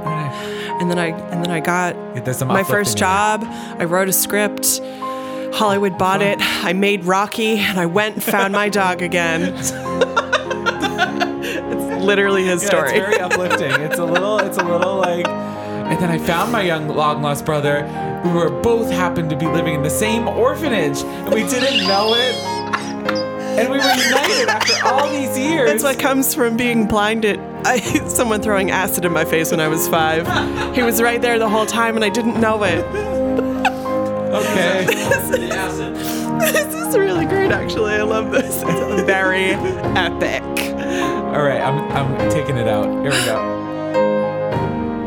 Speaker 1: boys.
Speaker 2: and then I and then I got
Speaker 1: There's some
Speaker 2: my
Speaker 1: uplifting in
Speaker 2: first
Speaker 1: it.
Speaker 2: job. I wrote a script. Hollywood bought it. I made Rocky and I went and found my dog again. it's literally his
Speaker 1: Yeah,
Speaker 2: story.
Speaker 1: It's very uplifting. It's a little. It's a little like. And then I found my young long lost brother. We were both happened to be living in the same orphanage, and we didn't know it. And we were united after all these years.
Speaker 2: That's what comes from being blinded. I, someone throwing acid in my face when I was five. He was right there the whole time and I didn't know it.
Speaker 1: okay.
Speaker 3: The acid.
Speaker 2: This is really great, actually. I love this. It's very epic.
Speaker 1: all right. I'm I'm taking it out. Here we go.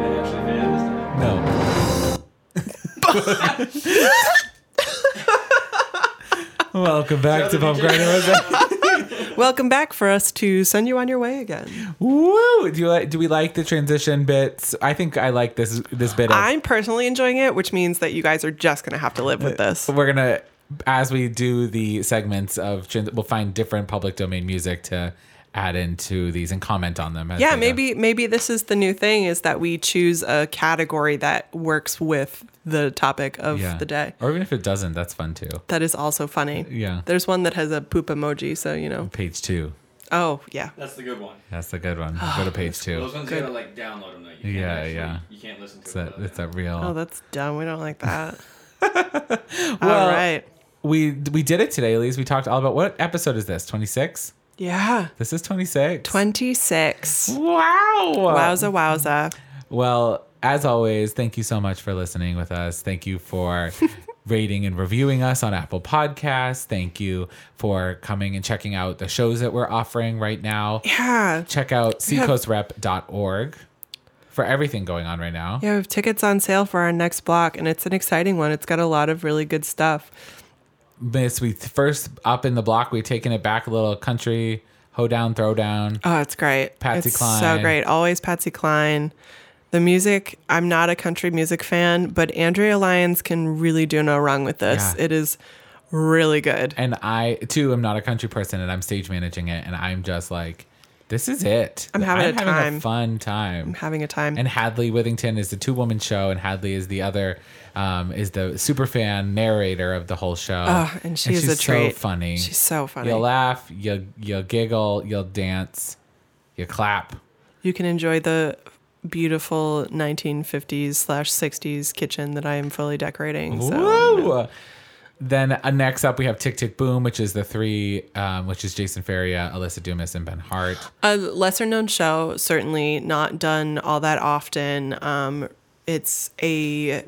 Speaker 3: That actually made it
Speaker 1: No.
Speaker 3: this time.
Speaker 1: Welcome back to Pump Grinder Rose.
Speaker 2: Welcome back for us to send you on your way again.
Speaker 1: Woo! Do you like, do we like the transition bits? I think I like this this bit. Of,
Speaker 2: I'm personally enjoying it, which means that you guys are just going to have to live with this.
Speaker 1: we're gonna as we do the segments of trans- we'll find different public domain music to add into these and comment on them as
Speaker 2: Yeah,
Speaker 1: they go.
Speaker 2: maybe maybe this is the new thing is that we choose a category that works with the topic of
Speaker 1: Yeah.
Speaker 2: the day.
Speaker 1: or even if it doesn't that's fun too
Speaker 2: That is also funny.
Speaker 1: Yeah.
Speaker 2: There's one that has a poop emoji, so you know.
Speaker 1: page two
Speaker 2: Oh, yeah.
Speaker 3: That's the good one.
Speaker 1: that's a good
Speaker 2: Ah,
Speaker 1: one go to page two
Speaker 3: Those ones you gotta like download them though. You can't
Speaker 1: Yeah,
Speaker 3: actually-
Speaker 1: yeah.
Speaker 3: You can't listen to
Speaker 1: it's
Speaker 3: it.
Speaker 1: a,
Speaker 3: without
Speaker 1: it's
Speaker 3: that.
Speaker 1: a real
Speaker 2: Oh, that's dumb. We don't like that.
Speaker 1: Well-
Speaker 2: All right.
Speaker 1: we we did it today Elise. we talked all about what episode is this 26
Speaker 2: Yeah.
Speaker 1: this is 26
Speaker 2: 26.
Speaker 1: wow
Speaker 2: Wowza, wowza.
Speaker 1: Well, as always, thank you so much for listening with us. Thank you for rating and reviewing us on Apple Podcasts. Thank you for coming and checking out the shows that we're offering right now.
Speaker 2: Yeah.
Speaker 1: Check out seacoastrep.org for everything going on right now.
Speaker 2: Yeah, we have tickets on sale for our next block, and it's an exciting one. It's got a lot of really good stuff.
Speaker 1: Miss, we first up in the block, we've taken it back a little country hoedown, throwdown.
Speaker 2: Oh, it's great.
Speaker 1: Patsy
Speaker 2: it's
Speaker 1: Cline.
Speaker 2: So great. Always Patsy Cline. The music, I'm not a country music fan, but Andrea Lyons can really do no wrong with this.
Speaker 1: Yeah.
Speaker 2: It is really good.
Speaker 1: And I too am not a country person and I'm stage managing it and I'm just like, this is it.
Speaker 2: I'm having a time.
Speaker 1: fun time.
Speaker 2: I'm having a time.
Speaker 1: and Hadley Withington is the two woman show, and Hadley is the other um, is the super fan narrator of the whole show.
Speaker 2: oh, and she is
Speaker 1: she's
Speaker 2: a treat.
Speaker 1: So funny.
Speaker 2: She's so funny.
Speaker 1: You'll laugh, you'll you'll giggle, you'll dance, you clap.
Speaker 2: you can enjoy the beautiful 1950s slash 60s kitchen that I am fully decorating. So
Speaker 1: Woo! Then uh, next up, we have Tick Tick Boom, which is the three, um, which is Jason Faria, Alyssa Dumas, and Ben Hart.
Speaker 2: a lesser known show, certainly not done all that often. Um, it's a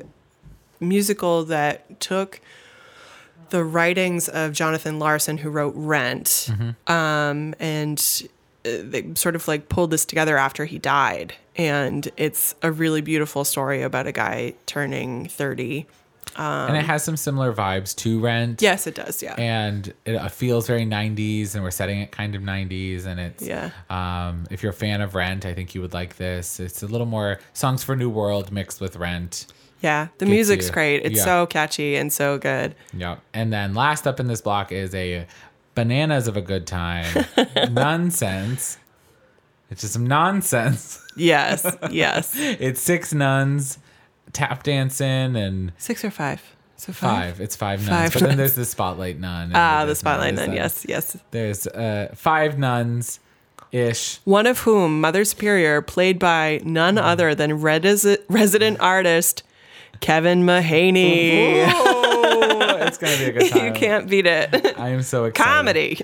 Speaker 2: musical that took the writings of Jonathan Larson, who wrote Rent,
Speaker 1: Mm-hmm.
Speaker 2: um, and uh, they sort of like pulled this together after he died. And it's a really beautiful story about a guy turning 30.
Speaker 1: and
Speaker 2: Um,
Speaker 1: it has some similar vibes to Rent.
Speaker 2: Yes, it does. Yeah.
Speaker 1: And it uh, feels very 90s, and we're setting it kind of 90s. And it's,
Speaker 2: Yeah.
Speaker 1: um, if you're a fan of Rent, I think you would like this. It's a little more Songs for New World mixed with Rent.
Speaker 2: yeah. The music's
Speaker 1: you.
Speaker 2: great. It's
Speaker 1: Yeah.
Speaker 2: so catchy and so good.
Speaker 1: Yep. And then last up in this block is a Bananas of a Good Time. nonsense. It's just some nonsense.
Speaker 2: Yes. yes.
Speaker 1: It's six nuns tap dancing and
Speaker 2: Six or five? So
Speaker 1: five. It's five nuns.
Speaker 2: Five
Speaker 1: but then
Speaker 2: nuns.
Speaker 1: there's the spotlight nun. and
Speaker 2: Ah, the
Speaker 1: there's
Speaker 2: spotlight
Speaker 1: nuns.
Speaker 2: nun. Yes, yes.
Speaker 1: There's uh, five nuns ish.
Speaker 2: One of whom, Mother Superior, played by none
Speaker 1: Mm-hmm.
Speaker 2: other than redis- resident artist Kevin Mahaney.
Speaker 1: Oh, it's going to be a good time.
Speaker 2: you can't beat it.
Speaker 1: I am so excited.
Speaker 2: Comedy.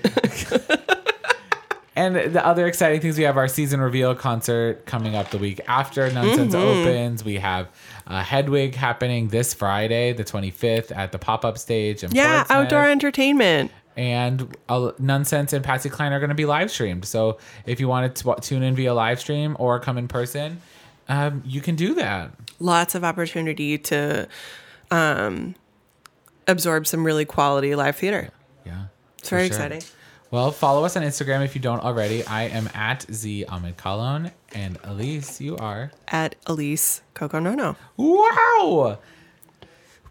Speaker 1: And the other exciting things we have our season reveal concert coming up the week after Nonsense
Speaker 2: Mm-hmm.
Speaker 1: opens. We have uh, Hedwig happening this Friday, the 25th, at the pop up stage. In
Speaker 2: Yeah,
Speaker 1: Portsmouth.
Speaker 2: outdoor entertainment.
Speaker 1: And uh, Nonsense and Patsy Cline are going to be live streamed. So if you wanted to wa- tune in via live stream or come in person, um, you can do that.
Speaker 2: Lots of opportunity to um, absorb some really quality live theater.
Speaker 1: Yeah.
Speaker 2: It's very exciting.
Speaker 1: Well, follow us on Instagram if you don't already. I am at Z Ahmed Colon, and Elise, you are.
Speaker 2: At Elise Coco Nono.
Speaker 1: Wow.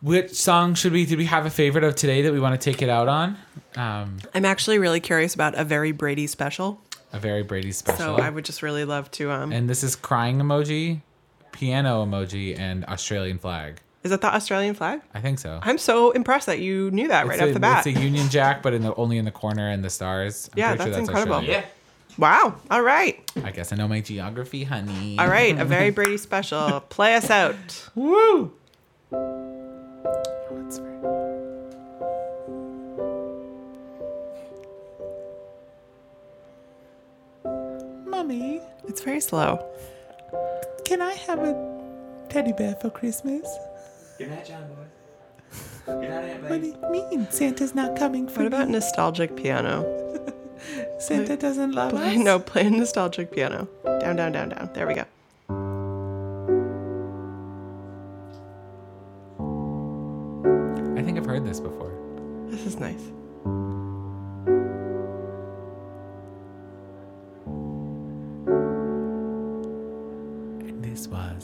Speaker 1: Which song should we do we have a favorite of today that we want to take it out on? Um,
Speaker 2: I'm actually really curious about a very Brady special.
Speaker 1: a very Brady special.
Speaker 2: So I would just really love to. Um,
Speaker 1: and this is crying emoji, piano emoji, and Australian flag.
Speaker 2: is it the Australian flag?
Speaker 1: I think so.
Speaker 2: I'm so impressed that you knew that right
Speaker 1: it's
Speaker 2: off
Speaker 1: a,
Speaker 2: the bat.
Speaker 1: It's a Union Jack, but in the only in the corner and the stars. I'm
Speaker 2: Yeah,
Speaker 1: pretty
Speaker 2: that's incredible.
Speaker 1: Australian.
Speaker 3: Yeah.
Speaker 2: Wow. All right.
Speaker 1: I guess I know my geography, honey.
Speaker 2: All right. A very Brady special. Play us out.
Speaker 1: Woo! Mommy,
Speaker 2: It's very slow.
Speaker 1: can I have a teddy bear for Christmas?
Speaker 3: Good night, John Boy. Good night, Aunt
Speaker 1: What do
Speaker 3: Betty.
Speaker 1: you mean? Santa's not coming for
Speaker 2: What about
Speaker 1: me.
Speaker 2: nostalgic piano?
Speaker 1: Santa doesn't love
Speaker 2: Play,
Speaker 1: us.
Speaker 2: no, play nostalgic piano. Down, down, down, down. There we go.
Speaker 1: I think I've heard this before.
Speaker 2: This is nice.
Speaker 1: And this was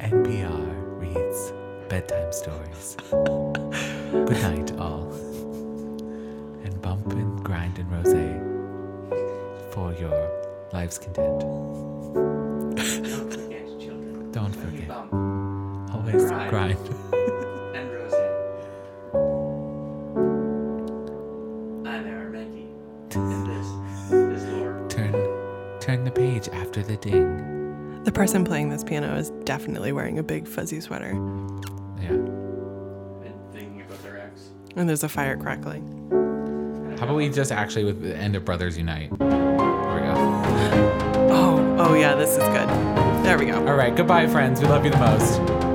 Speaker 1: NPR Reads Bedtime Stories. Good night, all. And bump and grind and rose for your life's content.
Speaker 3: Don't forget, children.
Speaker 1: Don't forget.
Speaker 3: Bump
Speaker 1: Always
Speaker 3: Grind.
Speaker 1: grind.
Speaker 3: and Rosie. I'm Aramaki. And this is Laura.
Speaker 1: Turn, turn the page after the ding.
Speaker 2: The person playing this piano is definitely wearing a big fuzzy sweater.
Speaker 1: Yeah.
Speaker 3: And thinking about their ex.
Speaker 2: And there's a fire crackling.
Speaker 1: How about we just actually with the end of Brothers Unite? There we go.
Speaker 2: Oh, oh yeah, this is good. There we go.
Speaker 1: All right. Goodbye, friends. We love you the most.